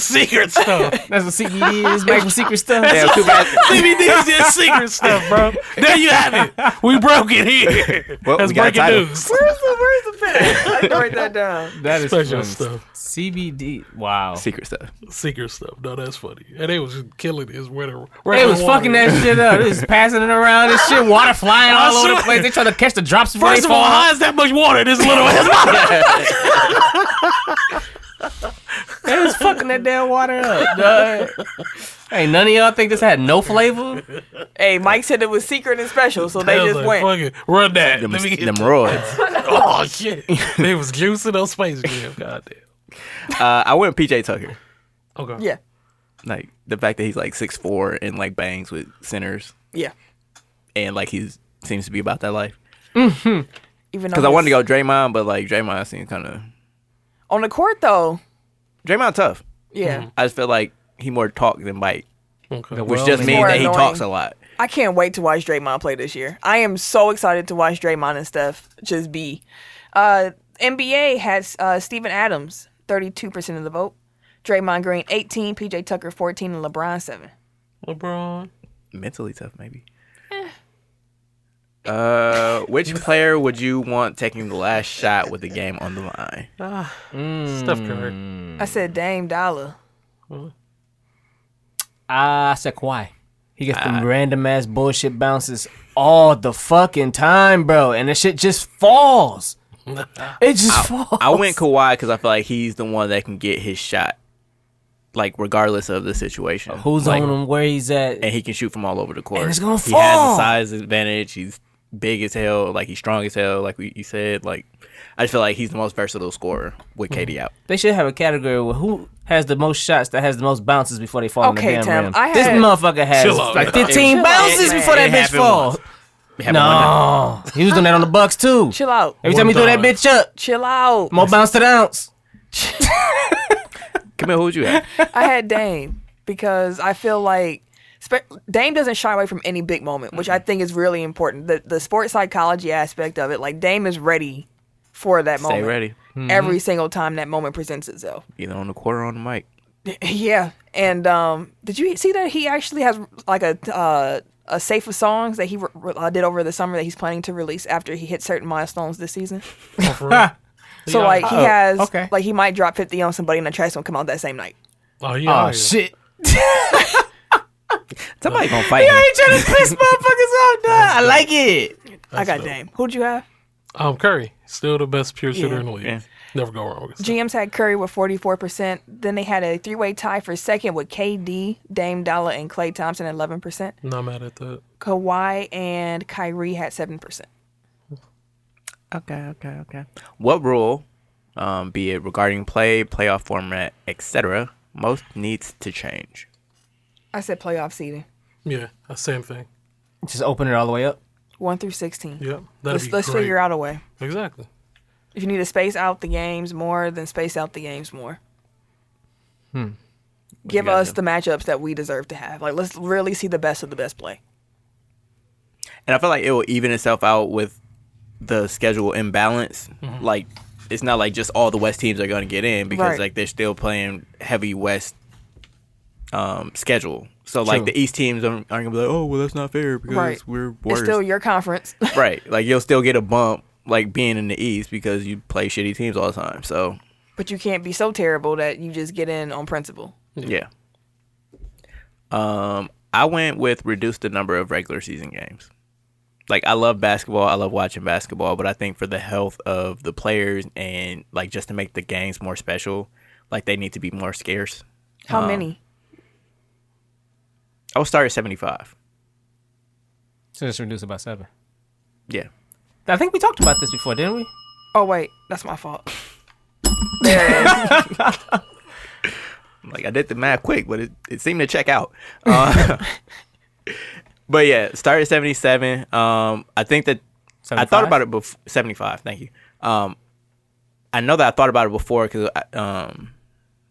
secret stuff.
That's what CBD is, making secret stuff.
Damn, too bad.
CBD is just secret stuff, bro. There you have it. We broke it here.
Well,
That's
we got a
breaking
title.
news.
Where's the where's the pen? I had to write that down.
That is
Special
funny.
stuff.
CBD. Wow.
Secret stuff.
Secret stuff. No, that's funny. And they was killing it. It's where they where
They
the
was
water
fucking
is.
that shit up. They was passing it around and shit. Water flying all
I
over the
swear.
place. They trying to catch the drops before
First
they
of all,
fall.
how is that much water in this little ass
They was fucking that damn water up, dog. Hey, none of y'all think this had no flavor?
Hey, Mike said it was secret and special, so they
I was
just went.
like, Fuck it. Run that.
Them,
Let me get
them roids.
oh shit! They was juicing on Space Jam. Goddamn.
Uh, I went PJ Tucker.
Okay.
Yeah.
Like the fact that he's like six four and like bangs with sinners,
Yeah.
and like he seems to be about that life.
Even
Because I wanted to go Draymond, but like Draymond seems kind of
on the court though.
Draymond tough.
Yeah.
I just feel like he more talk than bite,
Okay.
which just means
More
that he
annoying.
talks a lot.
I can't wait to watch Draymond play this year. I am so excited to watch Draymond and Steph just be. Uh, NBA has uh, Steven Adams, 32% of the vote. Draymond Green, 18. PJ Tucker, 14. And LeBron, 7.
LeBron.
mentally tough maybe. Uh, which player would you want taking the last shot with the game on the line?
Ah, Steph Curry.
I said Dame Dollar.
Ah, Saquai. He gets
Ah.
them random ass bullshit bounces all the fucking time, bro. And the shit just falls. It just falls.
I went Kawhi because I feel like he's the one that can get his shot, like regardless of the situation.
Who's
Like,
on him? Where he's at?
And he can shoot from all over the court.
it's gonna
He has
fall.
a size advantage. He's big as hell. Like he's strong as hell. Like we, you said. Like I just feel like he's the most versatile scorer
Mm-hmm.
with KD out.
They should have a category where who has the most shots that has the most bounces before they fall on the
Okay,
damn
Tim,
rim.
I
this
had-
motherfucker has
Chill out,
like
man.
15
Chill out,
bounces
man.
before that
It
bitch
happened
falls.
once. It happened one time.
No, he was doing that on the Bucks too.
Chill out.
Every time he threw that
One time.
bitch up,
Chill out.
more bounce to the ounce.
Come here. Who'd you have?
I had Dame because I feel like spe- Dame doesn't shy away from any big moment, which I think is really important. The the sports psychology aspect of it, like Dame is ready for that
Stay
moment.
ready. Mm-hmm.
Every single time that moment presents itself.
Either on the quarter or on the mic.
Yeah, and um, did you see that he actually has like a uh, a safe of songs that he re- re- uh, did over the summer that he's planning to release after he hits certain milestones this season?
Oh, for real?
So
Yeah.
like he
Oh,
has
okay.
like he might drop fifty on somebody and the track's gonna come out that same night.
Oh,
Oh
yeah. yeah.
shit!
Somebody gonna fight him.
ain't trying to piss motherfuckers off, dog. I like it.
I got Dame. Who'd you have?
Um, Curry still the best pure shooter in the league.
Yeah.
Never go wrong. with
GMs had Curry with 44%. Then they had a three way tie for second with KD, Dame Dollar, and Clay Thompson at 11%.
Not mad at that.
Kawhi and Kyrie had 7%.
Okay, okay, okay. What rule, um, be it regarding play, playoff format, etc., most needs to change?
I said playoff seeding,
Yeah, that's same thing.
Just open it all the way up.
1 through 16.
Yep. That'd
Let's,
be
let's
great.
figure out a way.
Exactly.
If you need to space out the games more, then space out the games more. Hmm. Give
you got,
us
Jim?
the matchups that we deserve to have. Like, let's really see the best of the best play.
And I feel like it will even itself out with the schedule imbalance. Like, it's not like just all the West teams are going to get in because
Right.
like they're still playing heavy West um, schedule. So like
True.
the East teams aren't, aren't gonna be like, oh well, that's not fair because
Right.
we're
It's
worse.
still your conference.
right, like you'll still get a bump like being in the East because you play shitty teams all the time. So
But you can't be so terrible that you just get in on principle.
Yeah. Um, I went with reduce the number of regular season games. Like I love basketball, I love watching basketball, but I think for the health of the players and like just to make the games more special, like they need to be more scarce.
How many?
I would start at seventy five.
So just reduce it by seven.
Yeah.
I think we talked about this before, didn't we?
Oh wait, that's my fault. There it is.
Like I did the math quick, but it, it seemed to check out. Uh, but yeah, start at seventy seven. Um, I think that I
75?
thought about it before 75. Thank you. Um, I know that I thought about it before because um,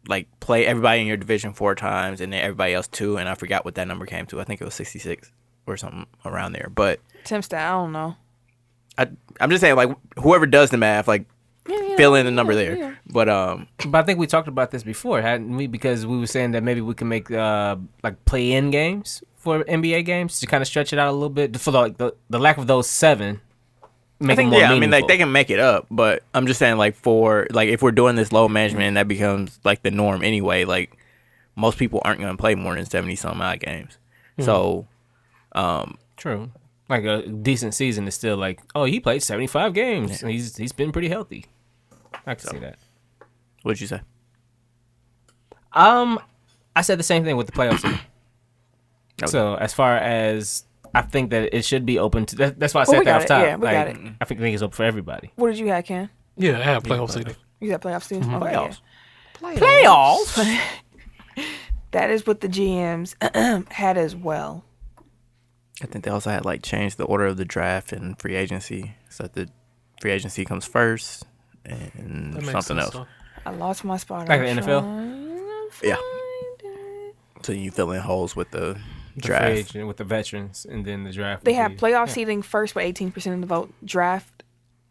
like play everybody in your division four times and then everybody else two, and I forgot what that number came to. I think it was 66 or something around there. But
Tim Stout, I don't know.
I, I'm just saying, like whoever does the math, like fill in the number there. But um,
But I think we talked about this before, hadn't we? Because we were saying that maybe we can make uh, like play-in games for NBA games to kind of stretch it out a little bit for like the, the lack of those seven. Make
I think
it more
yeah, I mean like
meaningful.
they can make it up, but I'm just saying like for like if we're doing this low management, that becomes like the norm anyway. Like most people aren't going to play more than 70 some odd games.
Hmm.
So
True. Like a decent season is still like, oh, he played seventy five games. and He's he's been pretty healthy. I can see that.
what'd you say?
Um, I said the same thing with the playoffs. So as far as I think that it should be open to. That, that's why I
Well,
said
we
that
got
off
it.
top.
Yeah, we
like,
got it.
I think, think it's open for everybody.
What did you have, Ken?
Yeah, I have playoff seating.
You got playoff season? Oh,
Playoffs.
yeah. Playoffs. that is what the GMs had as well.
I think they also had like changed the order of the draft and free agency, so that the free agency comes first and something else.
I lost my spot.
Like
I'm
the NFL?
trying to
Yeah.
find it.
So you fill in holes with the
The free
draft.
agent with the veterans, and then the draft.
They
would
have
be-
playoff seeding first with 18% of the vote. Draft,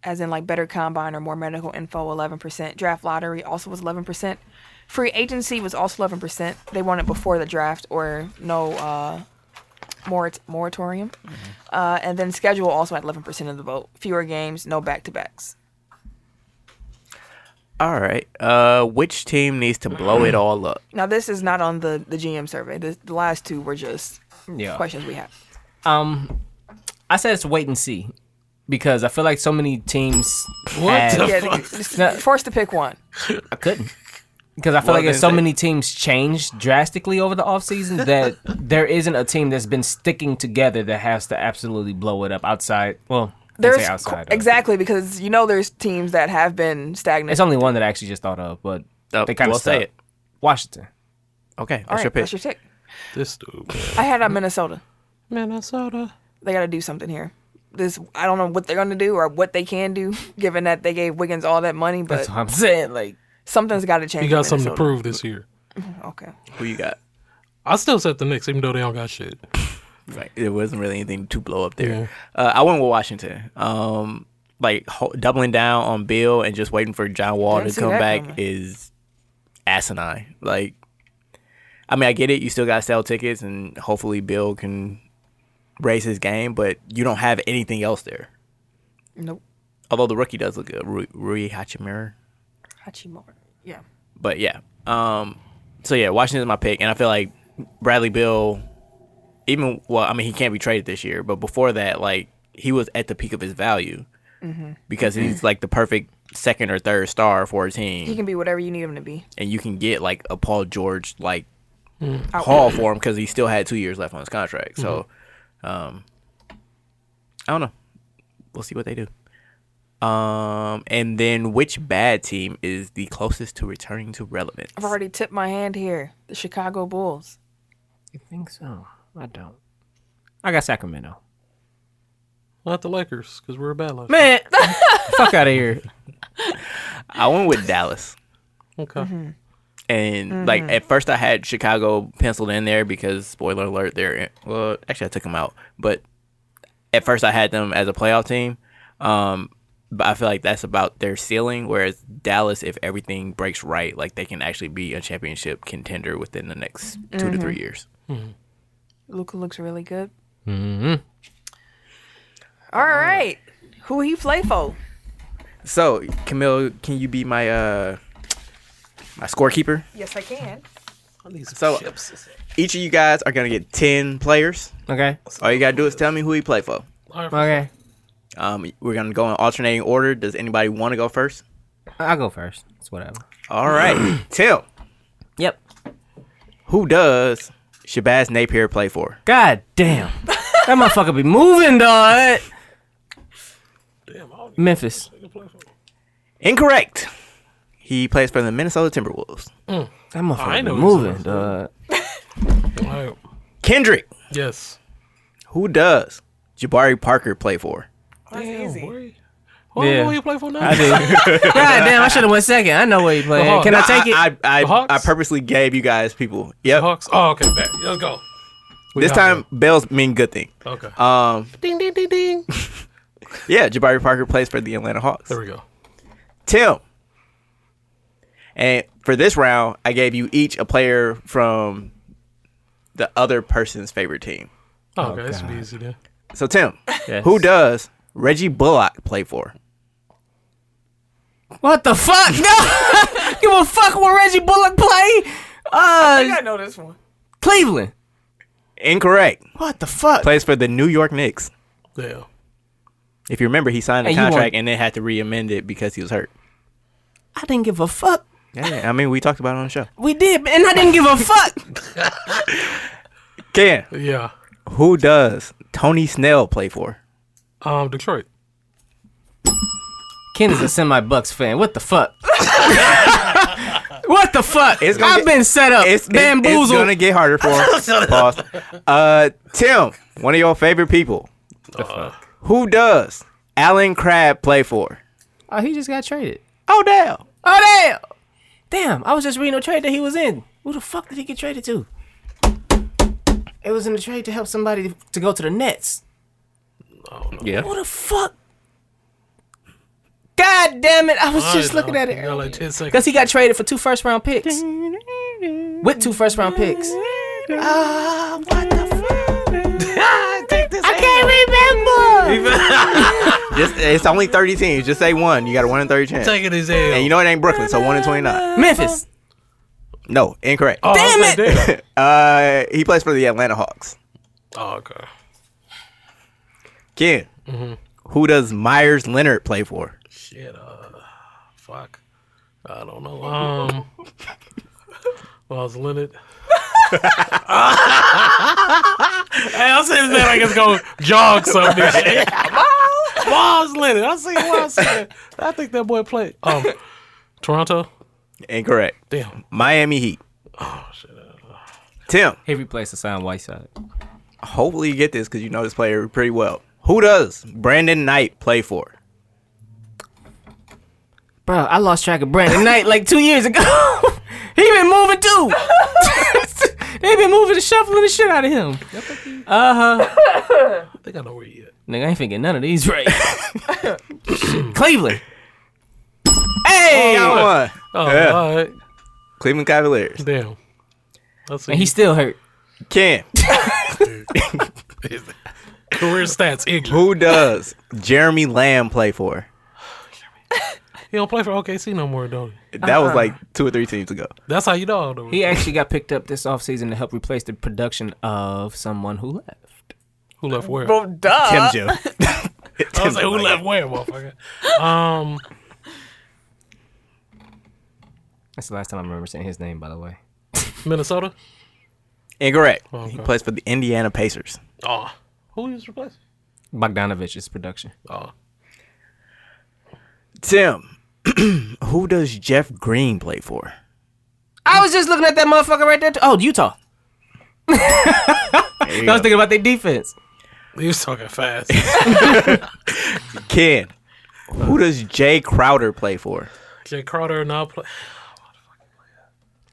as in like better combine or more medical info, 11%. Draft lottery also was 11%. Free agency was also 11%. They want it before the draft or no uh, morat- moratorium. Uh, and then schedule also had 11% of the vote. Fewer games, no back to backs.
All right. Uh, which team needs to blow it all up?
Now, this is not on the, the GM survey. The, the last two were just
yeah.
questions we have.
Um, I said it's wait and see because I feel like so many teams.
What
have-
the
Yeah,
fuck?
the- forced to pick one.
I couldn't. Because I feel
Well,
like
then
there's so
they-
many teams changed drastically over the offseason that there isn't a team that's been sticking together that has to absolutely blow it up outside. Well, I say
There's
outside. of.
exactly because you know there's teams that have been stagnant.
It's only one that I actually just thought of, but
Oh,
they kind of
well, say
say
it.
it. Washington.
Okay, that's
All right,
your pick.
that's your pick.
This dude. man.
I had on Minnesota.
Minnesota.
They got to do something here. This I don't know what they're gonna do or what they can do, given that they gave Wiggins all that money. But
That's what I'm saying. Like,
something's got to change.
You
in
got something to
Minnesota.
prove this year.
Okay.
Who you got?
I still set the Knicks, even though they don't got shit.
Right. There wasn't really anything to blow up there. Uh, I went with Washington. Um, like ho- doubling down on Bill and just waiting for John Wall
Didn't
to
see
come
that
back
coming.
is asinine. Like, I mean, I get it. You still got to sell tickets, and hopefully Bill can raise his game. But you don't have anything else there.
Nope.
Although the rookie does look good, Rui, Rui Hachimura.
Hachimura. Yeah.
But yeah. Um so yeah, Washington's my pick and I feel like Bradley Bill even well, I mean he can't be traded this year, but before that like he was at the peak of his value. Because he's like the perfect second or third star for a
He
team
can be whatever you need him to be.
and you can get like a Paul George like haul for him cuz he still had 2 years left on his contract. So um I don't know. We'll see what they do. Um and then which bad team is the closest to returning to relevance?
I've already tipped my hand here. The Chicago Bulls.
you think so? I don't. I got Sacramento.
Not the Lakers, because we're a bad lot.
Man, fuck out of here.
I went with Dallas.
Okay.
Mm-hmm.
And like at first I had Chicago penciled in there because spoiler alert they're in, well actually I took them out but at first I had them as a playoff team um but I feel like that's about their ceiling whereas Dallas if everything breaks right like they can actually be a championship contender within the next 2 to 3 years.
Luca looks really good. Mm-hmm. All right. Who he play for?
So, Camille, can you be my uh my scorekeeper?
Yes, I can.
I need some
So-
chips.
Each of you guys are going to get 10 players.
Okay.
All you got to do is tell me who he played for.
All right.
Okay.
Um, we're gonna go in alternating order. Does anybody want to go first?
I'll go first. It's whatever.
All right, Tim.
Yep.
Who does Shabazz Napier play for?
God damn. that motherfucker be moving, dog.
Damn, I don't need
Memphis.
to play for-
Incorrect. He plays for the Minnesota Timberwolves.
That motherfucker
I
be
know this
moving,
one.
dog.
All right.
Kendrick.
Yes.
Who does Jabari Parker play for?
That's easy.
boy. Who
Yeah.
who you play for now?
I do. God damn, I should have went second. I know where you playing.
Hawks.
Can I take it?
I I, I,
Hawks?
I purposely gave you guys people. Yep.
Hawks. Oh, okay. Bet. Let's go. We
This
got
time bells mean good thing.
it. Okay.
Um,
ding, ding, ding, ding.
yeah, Jabari Parker plays for the Atlanta Hawks.
There we go.
Tim. And for this round, I gave you each a player from the other person's favorite team.
Oh, okay. This will be easy then.
So Tim,
Yes.
who does Reggie Bullock play for?
What the fuck? No, give a fuck what Reggie Bullock play? Uh,
I know this one.
Cleveland.
Incorrect.
What the fuck?
Plays for the New York Knicks.
Yeah.
If you remember, he signed a
Hey, you
contract
want-
and then had to re-amend it because he was hurt.
I didn't give a fuck.
Yeah, I mean, we talked about it on the show.
We did, and I didn't give a fuck.
Ken,
Yeah.
who does Tony Snell play for?
Um, Detroit.
Ken is a semi Bucks fan. What the fuck? what the fuck?
It's gonna
I've
get-
been set up.
It's bamboozled. It's
bamboozled.
gonna get harder for him. Pause. Uh, Tim, one of your favorite people. Who does Alan Crabb play for?
oh, he just got traded.
Oh damn!
Oh damn! Damn! I was just reading a trade that he was in. Who the fuck did he get traded to? It was in a trade to help somebody to go to the Nets.
Yeah.
Who the fuck? God damn it! I was just looking at it.
You got like 10 seconds.
Because he got traded for two first round picks. With two first round picks. Ah, what the fuck? I can't remember.
Just it's only thirty teams. Just say one. You got a one in thirty chance.
Taking his L.
and you know it ain't Brooklyn, so one in twenty nine.
Memphis.
No, incorrect.
oh, I was
Damn
like, damn.
Uh, he plays for the Atlanta Hawks.
oh, okay.
Ken, who does Myers Leonard play for?
Shit, uh, fuck. I don't know. Um, well, I was Leonard. hey, I said his name like it's gonna jog something. Shit. Miles Leonard. I see Miles Leonard. I think that boy played. Um, Toronto.
Incorrect.
Damn.
Miami Heat. Tim,
He replaced the sign Whiteside.
hopefully you get this because you know this player pretty well. Who does Brandon Knight play for?
Bro, I lost track of Brandon Knight like two years ago. he been moving too. they been moving and shuffling the shit out of him.
I think I know where he at.
Nigga, I ain't thinking none of these right. Cleveland. Hey!
Got one.
Oh,
Yeah.
all right.
Cleveland Cavaliers.
Damn. Let's see.
and he's still hurt.
Ken,
career stats. Ignorant.
who does Jeremy Lamb play for?
He don't play for OKC no more, don't he?
That was like two or three teams ago.
That's how you know. I don't know.
He actually got picked up this offseason to help replace the production of someone who left.
Who left where?
Well, duh.
Tim Joe.
I was Uh, like, who left where, motherfucker? Um,
That's the last time I remember saying his name, by the way.
Minnesota.
Incorrect. He
Okay.
plays for the Indiana Pacers.
Oh, who he was replacing?
Bogdanovich's production.
Oh,
Tim, who does Jeff Green play for?
I was just looking at that motherfucker right there. Oh, Utah.
There you
I was
go.
thinking about their defense.
he was talking fast.
Ken, who does Jay Crowder play for?
Jay Crowder now play.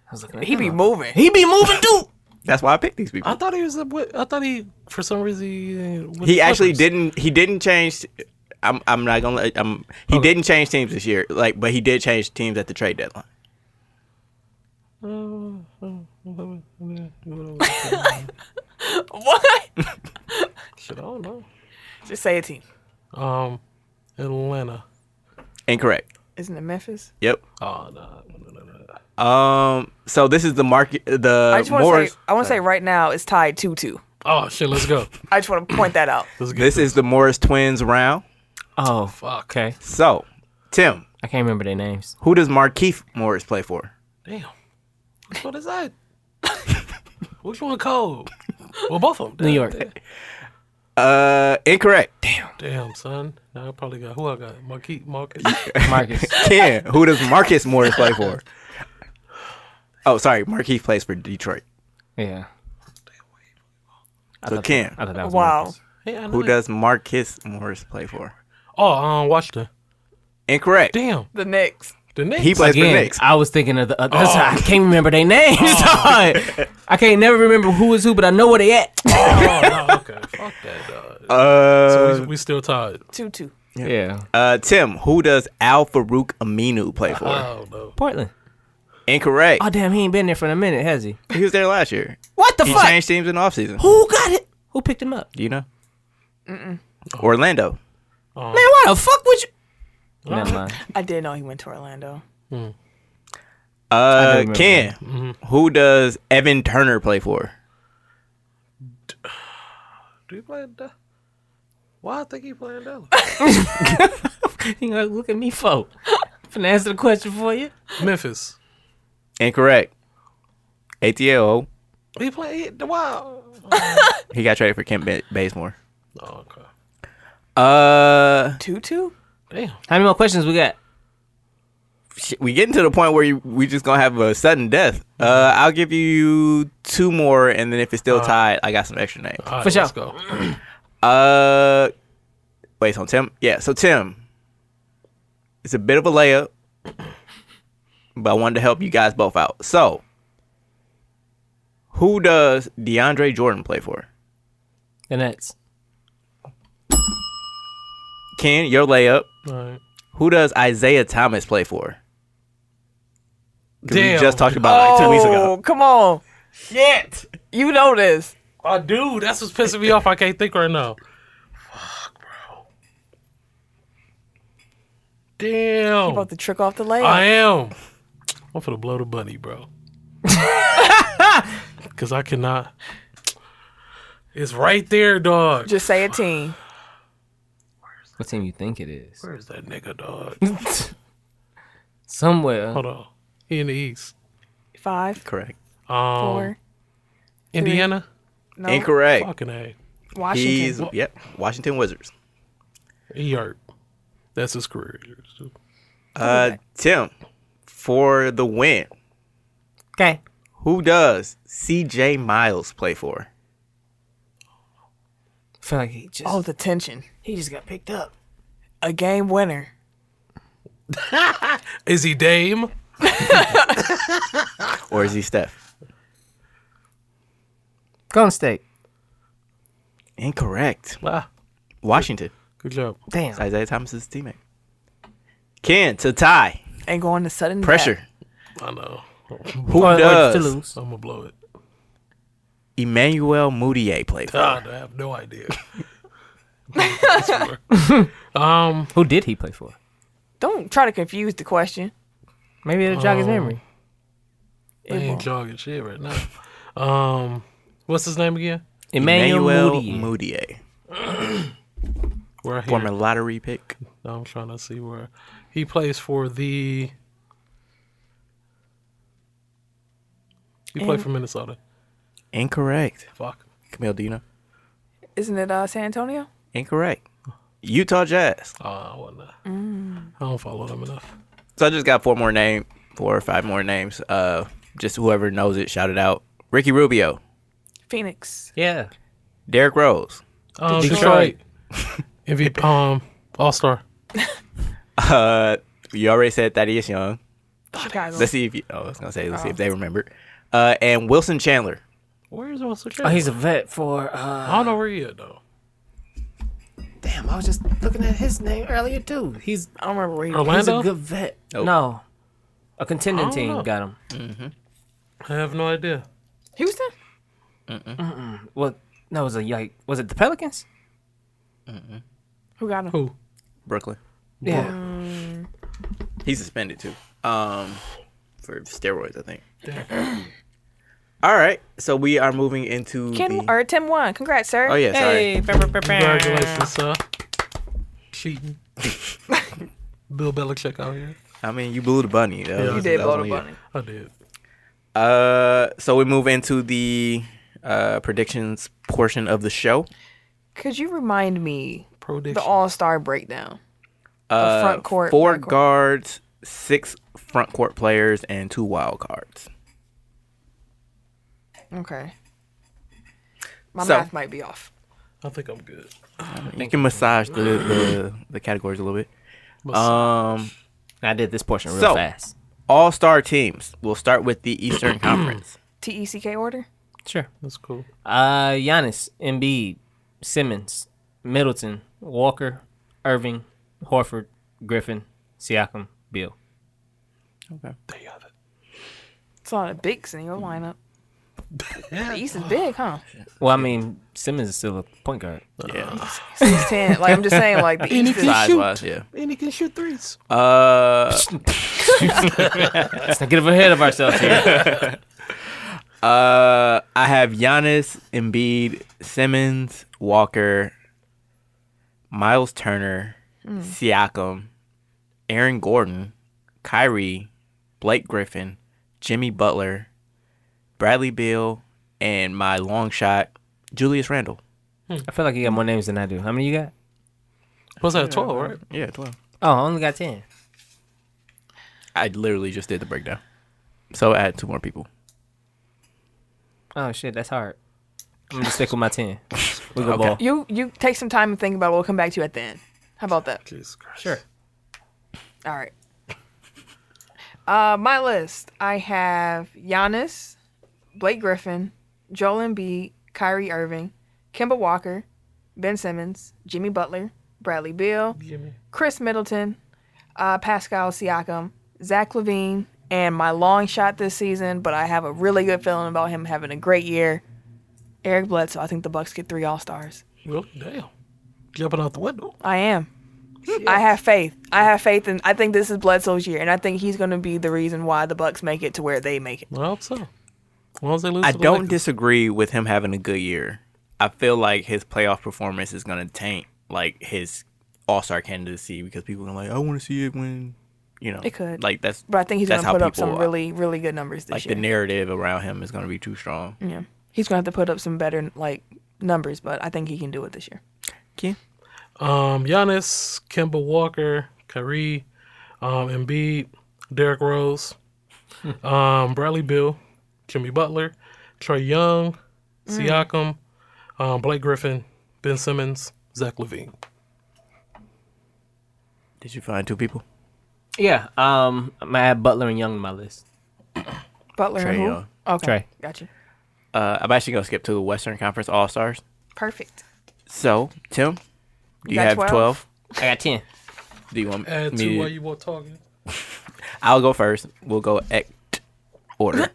I was looking at
He
him.
be moving.
He be moving too.
That's why I picked these people.
I thought he was. a- with- I thought he for some reason he, with the
he actually
Clippers.
didn't he didn't change I'm I'm not gonna let I'm he didn't change teams this year. Like but he did change teams at the trade deadline.
What?
Shit, I don't know.
Just say a team.
Um, Atlanta.
Incorrect.
Isn't it Memphis?
Yep.
Oh no, no, no, no.
Um so this is the market uh, the
I just want to
Morris
say. I want to say right now it's tied two two.
Oh shit, let's go.
I just want to point that out.
Let's get
this is the Morris twins round.
Oh,
fuck.
okay.
So, Tim,
I can't remember their names.
who does Markeith Morris play for?
Damn. Which one is that? Which one cold? Well, both of them.
New
Damn,
York.
Damn,
Uh incorrect.
damn, son. Now I probably got who I got. Marquis Marcus.
Marcus.
Ken, who does Marcus Morris play for? Oh, sorry, Markeith plays for Detroit.
yeah.
So Ken,
I thought that was
Wow.
Marcus.
Hey, I know
who
that.
does Marcus Morris play for?
Oh, um, Washington.
Incorrect.
Damn,
The Knicks.
the Knicks.
He plays for the
Again,
Knicks.
I was thinking of the other. that's why I can't remember their names. dog. I can't never remember who is who, but I know where they at.
oh no, okay, fuck that. Dog.
Uh,
So we, we still tied.
Two two.
Yeah.
Uh, Tim, who does Al Farouk Aminu play for?
Uh,
Oh no.
Portland.
Incorrect.
Oh damn, he ain't been there for a minute, has he?
He was there last year.
What the
He
fuck?
changed teams in the offseason.
Who got it? Who picked him up?
Do you know? Orlando.
Man, why the fuck would you? Never mind.
I did know he went to Orlando.
Uh,
remember
Ken, who does Evan Turner play for?
Do you play in Dallas? Why I think he playing Dallas?
You know, look at me, folk. Finna answer the question for you.
Memphis.
Incorrect. ATL.
He play he, wow.
He got traded for Kent Ba- Bazemore.
Oh, okay.
Uh,
Tutu?
Damn.
How many more questions we got?
shit, we getting to the point where you, we just gonna have a sudden death. Uh, I'll give you two more, and then if it's still tied, I got some extra names.
All right,
For sure.
Let's go.
Uh, wait, so Tim, yeah, so Tim, it's a bit of a layup, but I wanted to help you guys both out. So, who does DeAndre Jordan play for?
The Nets.
Ken, your layup.
All right.
Who does Isaiah Thomas play for? 'Cause
Damn.
We just talked about it Uh, like two weeks ago.
Oh, come on.
Shit.
You know this.
I do. Ah, That's what's pissing me off. I can't think right now. Fuck, bro. Damn.
About to trick off the layup.
I am. I'm for the blow the bunny, bro. Cause I cannot. It's right there, dog.
Just say a team.
What team you think it is?
Where's that nigga, dog?
Somewhere.
Hold on. He in the East.
Five,
Correct.
Um,
four.
Indiana.
No.
Incorrect.
Fucking a.
Washington.
He's yep. Washington Wizards.
He hurt. That's his career.
Uh, Tim, for the win,
Okay.
who does CJ Miles play for?
I feel like he just
oh, the tension.
he just got picked up.
A game winner.
Is he Dame?
Or is he Steph?
Golden State.
Incorrect.
Ah,
Washington.
good job.
It's
Damn.
Isaiah Thomas's teammate. Ken to tie.
Ain't going to sudden death.
Pressure.
I know.
Who
Or- or to
does
lose.
I'm gonna blow it.
Emmanuel Mudiay play for?
Ah,
God, I have no idea. um,
Who did he play for?
Don't try to confuse the question.
Maybe it'll jog his memory.
I ain't jogging shit right now. Um, what's his name again?
Emmanuel Moody.
Mudiay.
Where I hear
Former lottery pick.
I'm trying to see where he plays for the. He played for Minnesota.
Incorrect.
Fuck.
Camille, do you know?
Isn't it uh, San Antonio?
Incorrect. Utah Jazz.
Oh, I wasn't. I don't follow them enough.
So I just got four more name, four or five more names. Uh, just whoever knows it, shout it out. Ricky Rubio,
Phoenix.
Yeah.
Derrick Rose,
Um, Detroit.
Detroit.
MVP. Um, All Star.
Uh, you already said Thaddeus Young.
Chicago.
Let's see if you. Oh, I was gonna say. Let's see if they remember. Uh, and Wilson Chandler.
Where's
Oh,
Russell Chandler?
he's a vet for. uh
I don't know where he at though.
Damn, I was just looking at his name earlier too. He's
I don't remember where you
he's
Orlando.
a good vet.
Oh.
No, a
I
contending
don't
team
know.
got him.
I have no idea.
Houston?
Well, no, it was a yike. Was it the Pelicans?
Who got him?
Who?
Brooklyn.
Yeah.
He's suspended too. Um, for steroids, I think. All right, so we are moving into.
Ken
the,
or Tim won. Congrats, sir.
oh yeah, sorry.
Congratulations, sir. Cheating. Bill Belichick out here.
I mean, you blew the bunny. That
You
You
was-
did
that was
blow the
on you.
bunny.
I did.
Uh, so we move into the uh, predictions portion of the show.
Could you remind me
Prediction.
the All Star breakdown?
Uh,
front court,
four
back court.
guards, six front court players, and two wild cards.
Okay. My
So-
math might be off.
I think I'm good.
You can massage the, the, the categories a little bit. Um,
I did this portion real
So-
fast.
All star teams. We'll start with the Eastern Conference.
T E C K order?
Sure.
That's cool.
Uh, Giannis, Embiid, Simmons, Middleton, Walker, Irving, Horford, Griffin, Siakam, Bill.
There you have it.
It's a lot of bigs in your lineup. The East is big, huh?
Well, I mean, Simmons is still a point guard.
Yeah,
Six ten. Like I'm just saying, like the East is
size wise, yeah.
And he can shoot threes.
Uh,
Let's not get ahead of ourselves here.
uh, I have Giannis, Embiid, Simmons, Walker, Miles Turner, Siakam, Aaron Gordon, Kyrie, Blake Griffin, Jimmy Butler, Bradley Beal, and my long shot Julius Randle.
I feel like you got more names than I do. How many you got?
What's that? Twelve, right?
Yeah, twelve.
Oh, I only got ten.
I literally just did the breakdown, so add two more people.
Oh shit, that's hard. I'm gonna stick with my ten. We go ball.
You you take some time and think about it. We'll come back to you at the end. How about that?
Jesus Christ.
Sure.
All right. Uh, my list. I have Giannis, Blake Griffin, Joel Embiid, Kyrie Irving, Kimba Walker, Ben Simmons, Jimmy Butler, Bradley Beal, Chris Middleton, uh, Pascal Siakam, Zach Levine, and my long shot this season. But I have a really good feeling about him having a great year. Eric Bledsoe. I think the Bucks get three All Stars.
Well, damn. Jumping out the window.
I am. I have faith. I have faith, and I think this is Bledsoe's year, and I think he's going to be the reason why the Bucks make it to where they make it.
I hope so. As long as they lose,
I
to the
don't
Lakers.
disagree with him having a good year. I feel like his playoff performance is gonna taint like his All Star candidacy because people are like, I want to see it when, you know,
It could.
like that's
But I think he's going
that's
to put
how
up some
people-
really, really good numbers this
like
year.
the narrative around him is gonna be too strong.
yeah, he's going to have to put up some better like numbers, but I think he can do it this year.
Um, Giannis, Kemba Walker, Kyrie, um, Embiid, Derrick Rose, um, Bradley Bill, Jimmy Butler, Trey Young, Siakam, um, Blake Griffin, Ben Simmons, Zach Levine.
Did you find two people?
Yeah. Um, I'm gonna add Butler and Young to my list.
Butler
Trae
and who?
Young.
Okay,
Trae.
gotcha.
Uh, I'm actually gonna skip to the Western Conference All Stars.
Perfect.
So Tim, do you
got
have
12?
twelve?
I got ten.
Do you want
Add
me?
two while you were talking.
I'll go first. We'll go act order.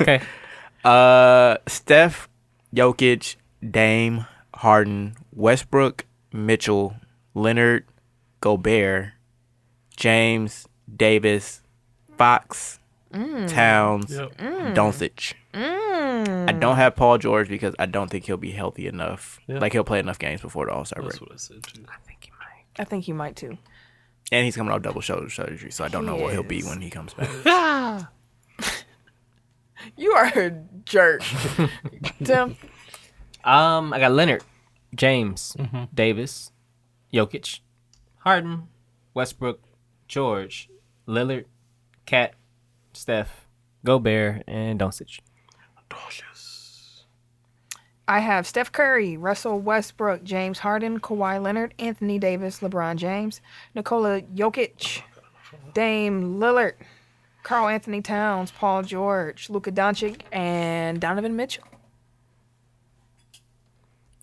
okay.
Uh, Steph, Jokic, Dame, Harden, Westbrook, Mitchell, Leonard, Gobert, James, Davis, Fox, Mm. Towns,
Yep.
Mm. Doncic. I don't have Paul George because I don't think he'll be healthy enough.
Yeah.
Like he'll play enough games before the All Star break,
That's what I said too.
I think he might too.
and he's coming off double shoulder surgery, so I don't know what he'll be
Yes.
when he comes back.
You are a jerk, Tim.
Um, I got Leonard, James, Davis, Jokic, Harden, Westbrook, George, Lillard, Cat, Steph, Gobert, and Doncic.
I have Steph Curry, Russell Westbrook, James Harden, Kawhi Leonard, Anthony Davis, LeBron James, Nikola Jokic, Dame Lillard, Carl Anthony Towns, Paul George, Luka Doncic, and Donovan Mitchell.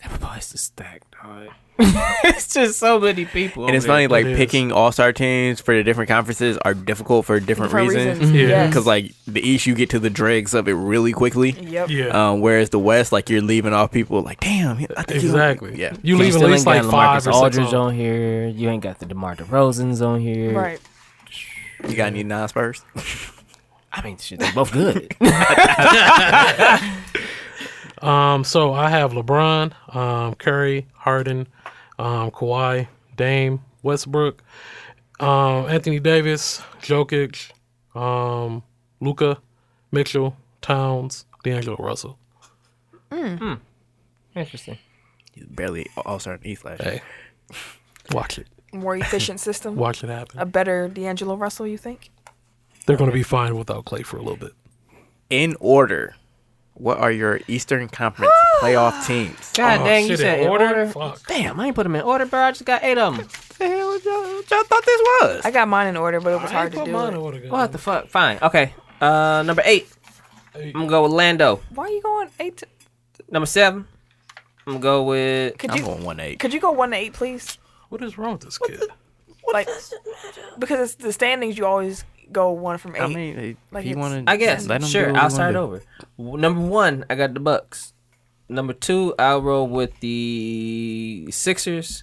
That boy's just stacked, dog. it's just so many people.
And it's funny, like
Oh, It is.
picking all star teams for the different conferences are difficult for different,
Different
reasons.
reasons, Yeah. yes.
Because like the East, you get to the dregs of it really quickly.
Yep.
Yeah,
Um, whereas the West, like you're leaving off people like, damn, I think he-
exactly.
yeah.
you leave at least like five or six.
Aldridge
on.
on here. You ain't got the DeMar DeRozans on here.
Right.
you got any non Spurs.
I mean, shit, they're both good.
Um, so I have LeBron, um, Curry, Harden, um, Kawhi, Dame, Westbrook, um, Anthony Davis, Jokic, um, Luca, Mitchell, Towns, D'Angelo Russell.
Interesting.
He's barely all star in the East last year.
Hey, watch it,
More efficient system.
watch it
A
happen.
better D'Angelo Russell, you think?
They're going to be fine without Clay for a little bit.
In order, what are your Eastern Conference playoff teams?
God
Oh,
Ah, dang, you
shit, in
said in order?
order? Fuck.
Damn, I ain't put them in order, bro. I just got eight of them.
the hell y'all, y'all thought this was?
I got mine in order, but it was hard to do. it.
What the fuck? Fine. Okay. Uh, number eight. I'm gonna go with Lando.
Why are you going eight? To-
Number seven. I'm gonna go with.
could
I'm
you
going one eight.
could you go one to eight, please?
What is wrong with this kid?
Like, because it's the standings, you always go one from eight.
I mean, if
Like
you
it's-
want to,
I guess. Sure. I'll start over. W- Number one, I got the Bucks. Number two, I'll roll with the Sixers.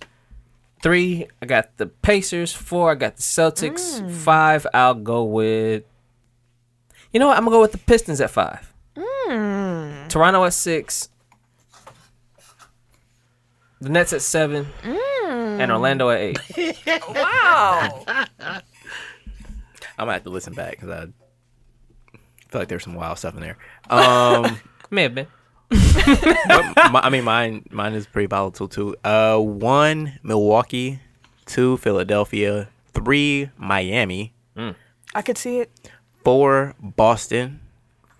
Three, I got the Pacers. Four, I got the Celtics. Five, I'll go with. You know what? I'm gonna go with the Pistons at five. Toronto at six. The Nets at seven. And Orlando at eight.
wow.
I'm gonna have to listen back because I feel like there's some wild stuff in there. Um,
May have been.
My- I mean, mine mine is pretty volatile too. Uh, one Milwaukee, two Philadelphia, three Miami,
I could see it.
four Boston,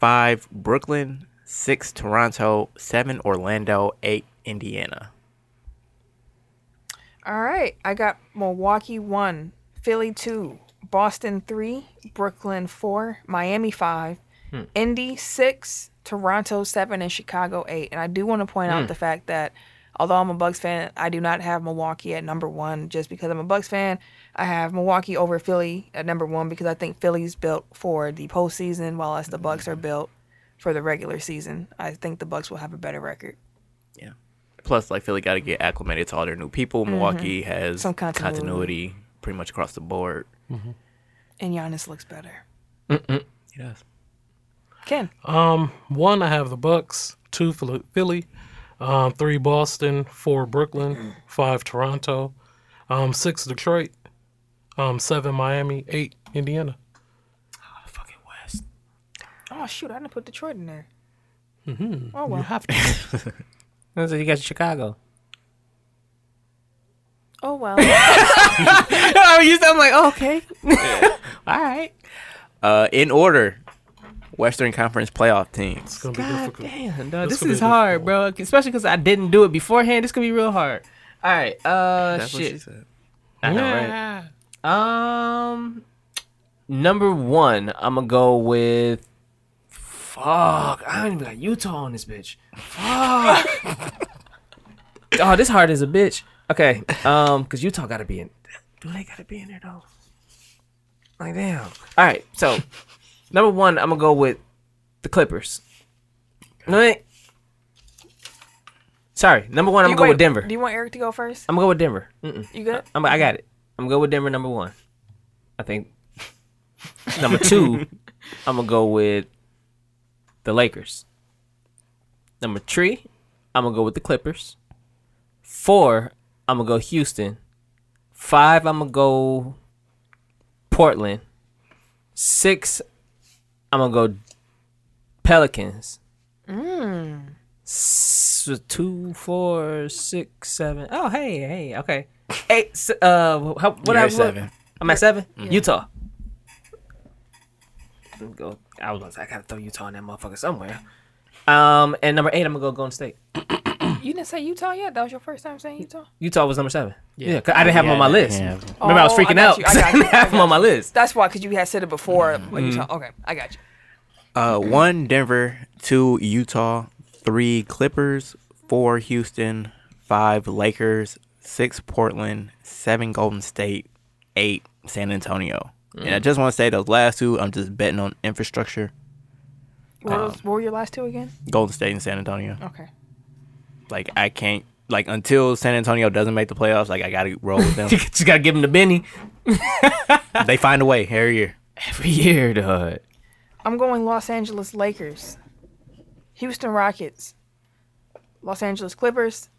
five Brooklyn, six Toronto, seven Orlando, eight Indiana.
All right. I got Milwaukee 1, Philly 2, Boston 3, Brooklyn 4, Miami 5, Indy 6, Toronto 7, and Chicago 8. And I do want to point out the fact that although I'm a Bucks fan, I do not have Milwaukee at number one just because I'm a Bucks fan. I have Milwaukee over Philly at number one because I think Philly's built for the postseason, while as the Bucks are built for the regular season. I think the Bucks will have a better record.
Yeah. Plus, like Philly got to get acclimated to all their new people. Milwaukee has
Some continuity.
continuity. pretty much across the board.
And Giannis looks better.
Yes.
Ken.
One, I have the Bucks. Two, Phil- Philly. Um, three, Boston. Four, Brooklyn. Five, Toronto. Um, six, Detroit. Um, seven, Miami. Eight, Indiana.
Fucking West.
Oh shoot! I didn't put Detroit in there. Mm-hmm. Oh well.
You have to.
That's you got Chicago.
Oh well.
Oh, you sound like okay.
All right. Uh, in order, Western Conference playoff teams.
It's gonna be
God
difficult.
Ah, damn, dog,
This
this,
could be
is hard, bro. Especially because I didn't do it beforehand. This could be real hard. All right, uh,
That's what she
shit.
said.
I know, right?
Yeah.
Um, number one, I'm gonna go with. Fuck, I don't even got Utah on this bitch. Fuck. oh, this hard as a bitch. Okay, um, cause Utah gotta be in. Do they gotta be in there though? Like damn. All right, so number one, I'm gonna go with the Clippers. No, wait. sorry. Number one, I'm
You
gonna go
wait,
with Denver.
Do you want Eric to go first?
I'm gonna go with Denver. Mm-mm.
You good?
I'm, I got it. I'm gonna go with Denver number one. I think number two, I'm gonna go with the Lakers. Number three, I'm gonna go with the Clippers. Four, I'm gonna go Houston. Five, I'm gonna go Portland. Six, I'm gonna go Pelicans. S- two, four, six, seven. Oh, hey, hey, okay. Eight. s- Uh, how, what
You're
I
at seven. Mm-hmm.
I'm at seven. Utah. I'm gonna Go. I was gonna say I gotta throw Utah in that motherfucker somewhere. Um, and number eight, I'm gonna go Golden State.
You didn't say Utah yet. That was your first time saying Utah.
Utah was number seven. Yeah, 'cause I didn't have them on
Yeah,
my
I
list.
didn't have-
Remember, I was
Oh, I
freaking
got
out.
you, I
'cause I,
got
didn't
you, I
have them
got
on my list.
That's why, because you had said it before.
Mm-hmm.
about Utah. Okay, I got you.
Uh, one Denver, two Utah, three Clippers, four Houston, five Lakers, six Portland, seven Golden State, eight San Antonio. And I just want to say those last two, I'm just betting on infrastructure.
Um,
What, was, what were your last two again?
Golden State and San Antonio.
Okay.
Like I can't like until San Antonio doesn't make the playoffs. Like I gotta roll with them.
You just gotta give them to Benny
they find a way every year.
every year, dog.
I'm going Los Angeles Lakers, Houston Rockets, Los Angeles Clippers,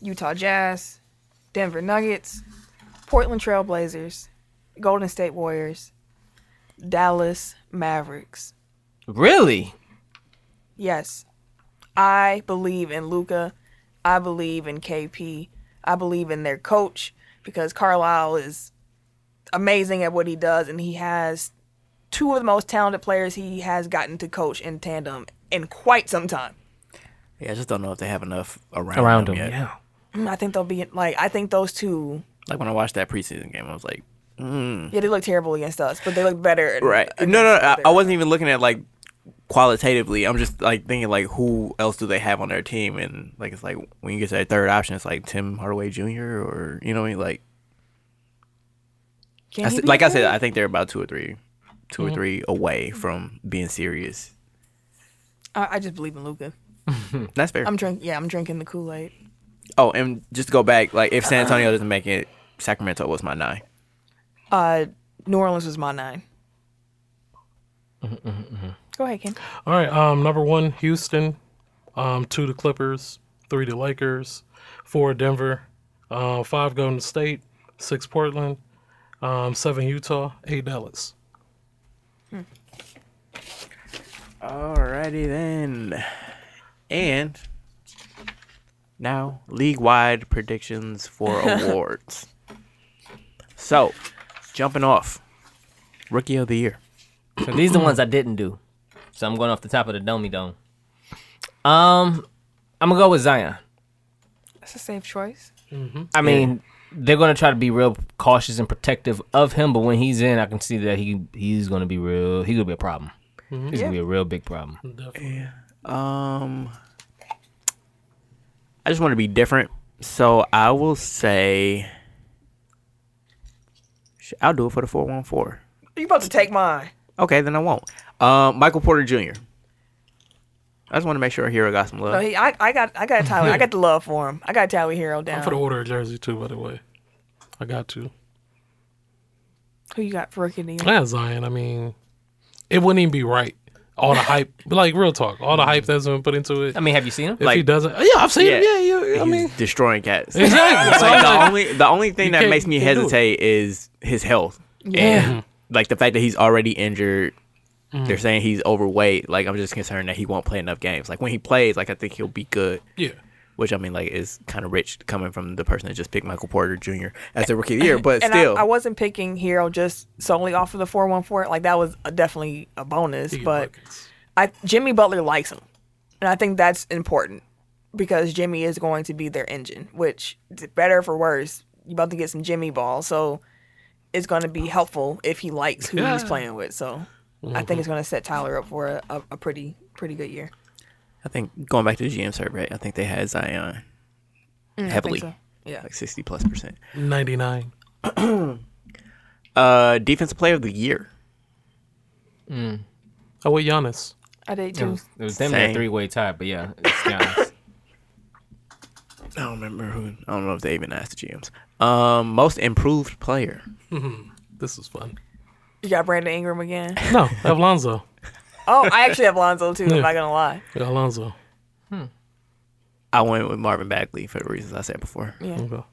Utah Jazz, Denver Nuggets, Portland Trail Blazers, Golden State Warriors, Dallas Mavericks.
Really?
Yes. I believe in Luca. I believe in KP. I believe in their coach because Carlisle is amazing at what he does and he has two of the most talented players he has gotten to coach in tandem in quite some time.
Yeah, I just don't know if they have enough around,
Around
them
them,
yet.
yeah.
I think they'll be like I think those two
Like when I watched that preseason game, I was like,
yeah, they look terrible against us, but they look better.
Right. No,
against
no, I,
other-
I wasn't even looking at like qualitatively. I'm just like thinking like who else do they have on their team, and like it's like when you get to that third option, it's like Tim Hardaway Jr. or you know what I mean. Like
Can
I
he
said,
be
like I
good?
said, I think they're about two or three, 2 or three away from being serious.
I, I just believe in Luca.
That's fair.
I'm drink yeah, I'm drinking the Kool Aid.
oh, and just to go back, like if San Antonio doesn't make it, Sacramento was my nine.
Uh, New Orleans was my 9 Go ahead, Ken.
All right. Um, number one, Houston. Um, two, the Clippers. Three, the Lakers. Four, Denver. Uh, five, Golden State. Six, Portland. Um, seven, Utah. Eight, Dallas.
Alrighty then. And now league wide predictions for awards. So, jumping off, rookie of the year.
So these are the ones I didn't do. So I'm going off the top of the domey dome. Um, I'm gonna go with Zion.
That's a safe choice.
I mean, they're gonna try to be real cautious and protective of him, but when he's in, I can see that he he's gonna be real. He's gonna be a problem. He's gonna be a real big problem.
Definitely.
Um, I just want to be different, so I will say Sh- I'll do it for the four one four.
You about to take mine?
Okay, then I won't. Um, Michael Porter Jr. I just want to make sure a hero got some love.
No, he, I, I got, I got Tyler. I got the love for him. I got Tyler Hero down.
I'm for the order of jersey too, by the way. I got to.
Who you got for rookie of the year?
Yeah, Zion. I mean, it wouldn't even be right. All the hype, like real talk, all the hype that's been put into it.
I mean, have you seen him?
if he
like-
doesn't, oh, yeah, I've seen him.
Yeah.
Yeah, you, I
He's
mean,
destroying cats.
exactly. So I
Like, the only
was like,
the only thing that
can't-
makes me
can't do it.
hesitate is his health. And like the fact that he's already injured. They're saying he's overweight. Like I'm just concerned that he won't play enough games. Like when he plays, like I think he'll be good.
yeah,
Which I mean, like, is kind of rich coming from the person that just picked Michael Porter Jr. as the rookie of the year. But
And
still,
I, I wasn't picking Hero just solely off of the four one four. Like that was a, definitely a bonus.
he
but
buckets.
I, Jimmy Butler likes him, and I think that's important because Jimmy is going to be their engine. Which d- better for worse, you about to get some Jimmy ball, so it's going to be helpful if he likes who he's
Yeah. Mm-hmm.
playing with. So I think it's going to set Tyler up for a, a, a pretty pretty good year.
I think going back to the GM survey, I think they had Zion heavily,
Mm, so. Yeah,
like 60 plus percent.
ninety nine.
Uh, defensive player of the year.
Oh wait, Giannis.
I did
It
too.
was, it was them that
Same.
three way tie, but yeah, it's Giannis.
I don't remember who. I don't know if they even asked the GMs. Um, most improved player.
This is fun.
You got Brandon Ingram again.
No, I have Lonzo.
Oh, I actually have Lonzo too. I'm not gonna lie.
Yeah, Lonzo.
I went with Marvin Bagley for the reasons I said before.
Yeah.
Okay.
well,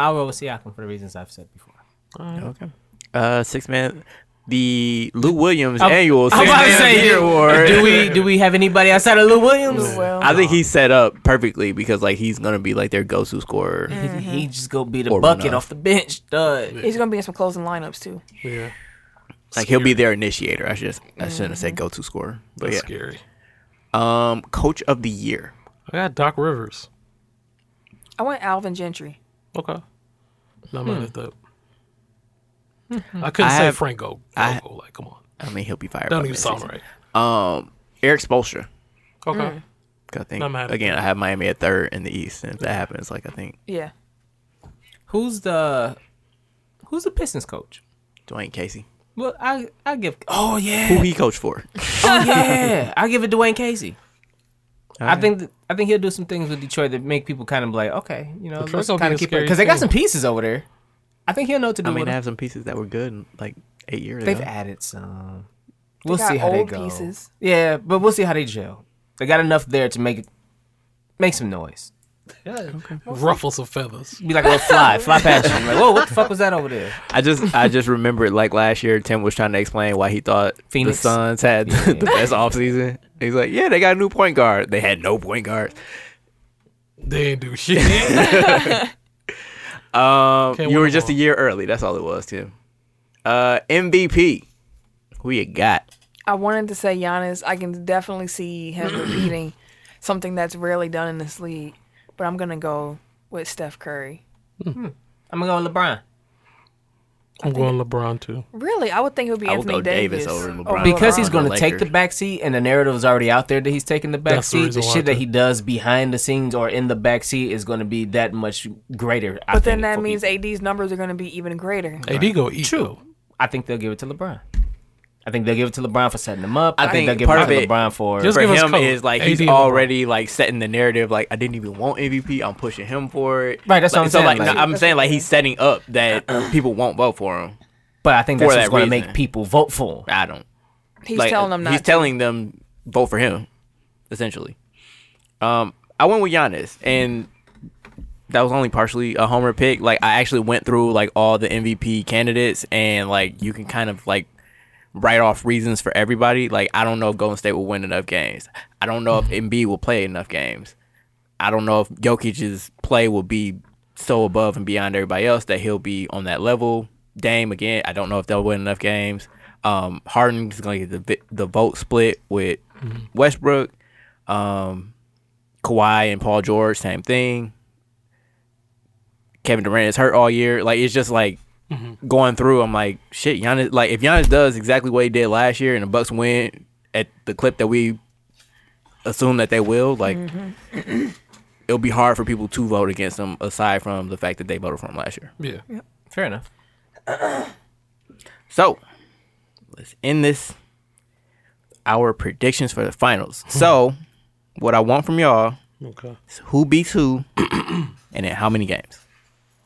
I'll roll with Siakam for the reasons I've said before. Oh,
Okay. Uh, six man, the Lou Williams
I'm-
annual
I'm
six
about to
man of
say,
the year award.
Do we do we have anybody outside of Lou Williams?
Well,
I think he's set up perfectly because like he's gonna be like their go-to scorer.
He
Mm-hmm.
just go be the
Or
bucket
Ronaldo.
off the bench, dud.
he's gonna be in some closing lineups too.
Yeah,
Like he'll be their initiator. I should I shouldn't have said go-to scorer, but
that's
yeah.
scary.
Um, coach of the year.
I got Doc Rivers.
I went Alvin Gentry.
Okay, not mad at that. I couldn't
Hmm. I
say
have-
Franco.
I-
Franco, like, come on,
I mean, he'll be fired.
don't
by
even
mid-season.
sound right.
Um, Eric Spoelstra.
Okay,
I think
Not mad at
again, I have Miami at third in the East, and if that happens, like I think
Yeah.
Who's the who's the Pistons coach?
Dwayne Casey,
Well, I I give. Oh yeah,
who he coached for.
oh yeah. I give it Dwayne Casey. I think th- I think he'll do some things with Detroit that make people kind of like, okay, you know, let's
Detroit's gonna be
kind
a
of keep it
scary
because they got
team.
some pieces over there. I think he'll know what to do.
I mean,
with
they
them.
have some pieces that were good like eight years
They've
ago.
added some. We'll
got
see how they
old
go.
pieces.
Yeah, but we'll see how they gel. They got enough there to make it make some noise.
ruffle some feathers.
Be like a little fly, fly past you. Like, whoa, what the fuck was that over there?
I just I just remembered like last year Tim was trying to explain why he thought
Phoenix.
the Suns had
Yeah.
the best offseason. He's like, yeah, they got a new point guard. They had no point guard.
They ain't do shit.
Um,
Okay,
you
one
were just a
more.
year early. That's all it was, Tim. Uh, MVP. Who you got?
I wanted to say Giannis. I can definitely see him repeating something that's rarely done in this league, but I'm gonna go with Steph Curry.
I'm gonna go with LeBron
I'm going LeBron too.
Really, I would think it would be
I would
Anthony
go Davis
Davis, Oh,
over LeBron.
because he's
LeBron on
gonna
the
take the
Lakers.
back seat, and the narrative is already out there that he's taking the back
That's the
seat. The
reason why
shit
I
that
took-
he does behind the scenes or in the back seat is gonna be that much greater. I
But then
think,
that
for
means
people.
AD's numbers are gonna be even greater.
AD go eat.
True.
though.
I think they'll give it to LeBron. I think they'll give it to LeBron for setting them up. I,
think
think, they'll
part
give it to
of it-
LeBron for
Just
For
give us
him
color.
is like he's
AD and LeBron.
already like setting the narrative. Like I didn't even want MVP. I'm pushing him for it.
Right, that's
like,
what I'm
so,
saying,
Like,
like-
no, I'm saying like he's setting up that people won't vote for him.
But I think that's
for
what's
that
going to
reason.
make people vote for him.
I don't.
He's
like,
telling them not.
He's
to.
telling them vote for him, essentially. Um, I went with Giannis, and that was only partially a homer pick. Like I actually went through like all the MVP candidates, and like you can kind of like write off reasons for everybody. Like I don't know if Golden State will win enough games. I don't know if Embiid will play enough games. I don't know if Jokic's play will be so above and beyond everybody else that he'll be on that level. Dame again, I don't know if they'll win enough games. Um, Harden's going to get the vi- the vote split with Westbrook. Um, Kawhi and Paul George, same thing. Kevin Durant is hurt all year. Like it's just like going through. I'm like shit. Giannis. Like if Giannis does exactly what he did last year and the Bucks win at the clip that we assume that they will, like it'll be hard for people to vote against him. Aside from the fact that they voted for him last year.
Yeah.
Fair enough.
So let's end this. Our predictions for the finals. So what I want from y'all
Okay.
is who beats who, and in how many games.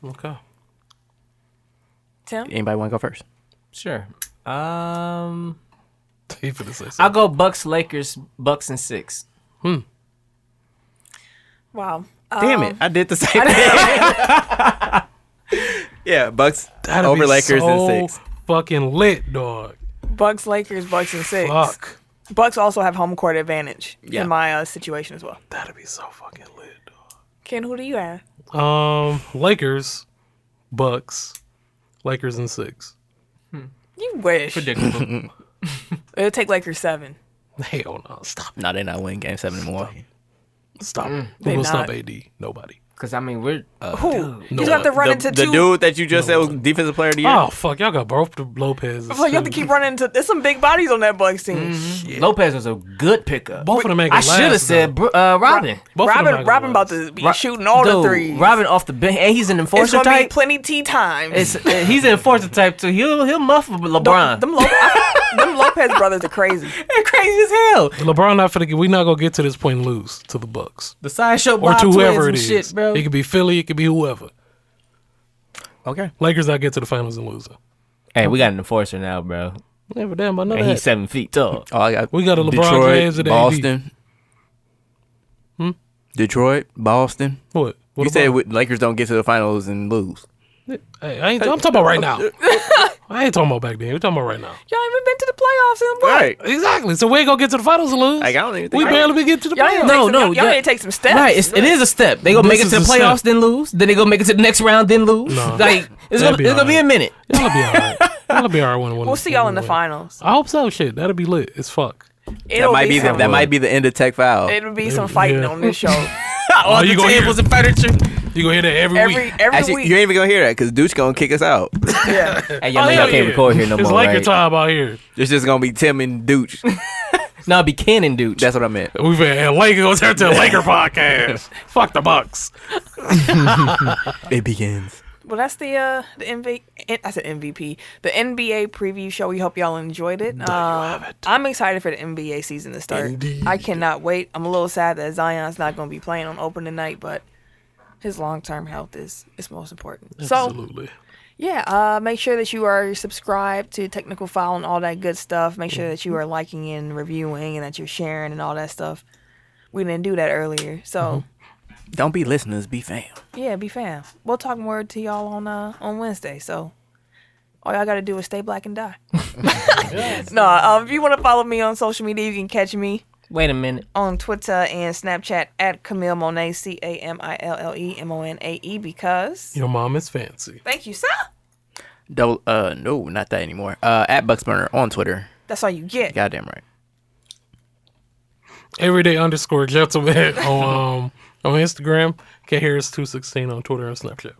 Okay.
Tim?
Anybody want to go first?
Sure. Um,
He finna say
I'll
something.
go Bucks, Lakers, Bucks and six.
Wow. Uh,
Damn it, I did the same thing. yeah, Bucks
That'd
over
be
Lakers
so
in six.
Fucking lit, dog.
Bucks, Lakers, Bucks, and six.
Fuck.
Bucks also have home court advantage
Yeah.
in my uh, situation as well.
That'd be so fucking lit, dog.
Ken, who do you have?
Um, Lakers, Bucks, Lakers in six.
You wish.
Predictable.
It'll take Lakers seven.
Hell no, stop,
No, they not winning game seven in Milwaukee.
stop. Who
They
will stop
not.
AD? Nobody.
Because I mean we're uh,
Who? you just have to run
the,
into
the
two.
dude that you just said was defensive player of the year.
Oh fuck, y'all got both the Lopez.
It's like you have to keep running into. There's some big bodies on that Bucks team.
Mm-hmm. Lopez was a good pickup.
Both of them ain't
I
gonna
should have
last,
said Bru- uh, Robin.
Both of them not
Robin,
gonna
Robin about
last.
to be
Ro-
shooting all
Dude,
the threes.
Robin off the bench, and he's an
it's
enforcer
gonna be
type.
plenty times.
it's, uh, he's an enforcer type too. He'll he'll muff LeBron.
Them, Lo- them Lopez brothers are crazy.
They're crazy as hell.
LeBron not finna. get- We not gonna get to this point and lose to the Bucks
The sideshow
or
Bob
to whoever it
twins
is.
and shit, bro.
It could be Philly. It could be whoever.
Okay.
Lakers not get to the finals and losing.
Hey, we got an enforcer now, bro,
Never damn, I know
and
that.
he's seven feet tall.
Oh, I got
We got a LeBron
Detroit,
James and AD.
Boston. Hmm? Detroit, Boston.
what?
you
what about-
said we- Lakers don't get to the finals and lose.
Hey, I ain't, I'm talking about right now. I ain't talking about back then. We're talking about right now.
Y'all ain't even been to the playoffs in what?
Right.
Exactly. So we ain't gonna get to the finals and lose.
Like I don't even think
we barely be get to the
Y'all ain't
playoffs.
take
No,
some,
no,
Y'all, y'all
that-
ain't take some steps.
Right, it's, it is a step. They gonna
This
make it
is
to the
a
playoffs,
step.
then lose. Then they gonna make it to the next round, then lose.
No.
Like it's
That'd
gonna,
be
it's gonna be a
alright.
minute.
Y'all be all right. Y'all be all right when, when
We'll see y'all in the
when-
finals.
I hope so. Shit, that'll be lit. It's fuck.
It'll
that might be the,
some,
that might be the end of Tech Foul.
It'll be some fighting
Yeah.
on this show
All
Oh, you
the
gonna hear-
tables and furniture.
You gonna hear that every,
every
week.
every
Actually,
week.
you ain't even gonna hear that because Dooch gonna kick us out.
yeah.
Hey, y'all,
Oh,
know y'all
hell
can't
yeah.
record here no
it's
more,
like
right?
your time out here.
it's just gonna be Tim and Dooch.
No, it'd be Ken and Dude.
That's what I meant.
We've had Lakers gonna turn to a Laker podcast. Fuck the Bucks.
It begins.
Well, that's the uh the MV. I said MVP. The NBA preview show. We hope y'all enjoyed it. Uh, I'm excited for the NBA season to start. I cannot wait. I'm a little sad that Zion's not going to be playing on opening night, but his long term health is is most important. So
Absolutely.
yeah, uh, make sure that you are subscribed to Technical File and all that good stuff. Make sure that you are liking and reviewing and that you're sharing and all that stuff. We didn't do that earlier, so
Don't be listeners, be fam.
yeah, be fam. We'll talk more to y'all on uh, on Wednesday. So all y'all got to do is stay black and die. no, um, if you want to follow me on social media, you can catch me
Wait a minute.
on Twitter and Snapchat at Camille Monet, C A M I L L E M O N A E. Because
Your mom is fancy.
thank you, sir.
Double uh no, not that anymore. Uh at Bucksburner on Twitter.
That's all you get.
Goddamn right.
Everyday underscore gentleman on um, on Instagram. K Harris two sixteen on Twitter and Snapchat.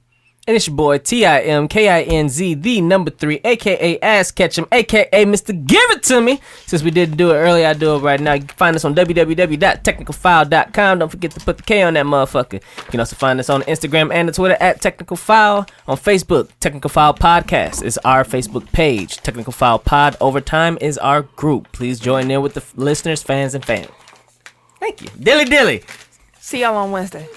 And it's your boy T I M K I N Z the number three, aka Ass Ketchum, aka Mr. Give It To Me. Since we didn't do it earlier, I do it right now. You can find us on www.technicalfile.com. Don't forget to put the K on that motherfucker. You can also find us on Instagram and the Twitter at Technical File. On Facebook, Technical File Podcast is our Facebook page. Technical File Pod over time is our group. Please join in with the f- listeners, fans, and fans. Thank you. Dilly dilly.
See y'all on Wednesday.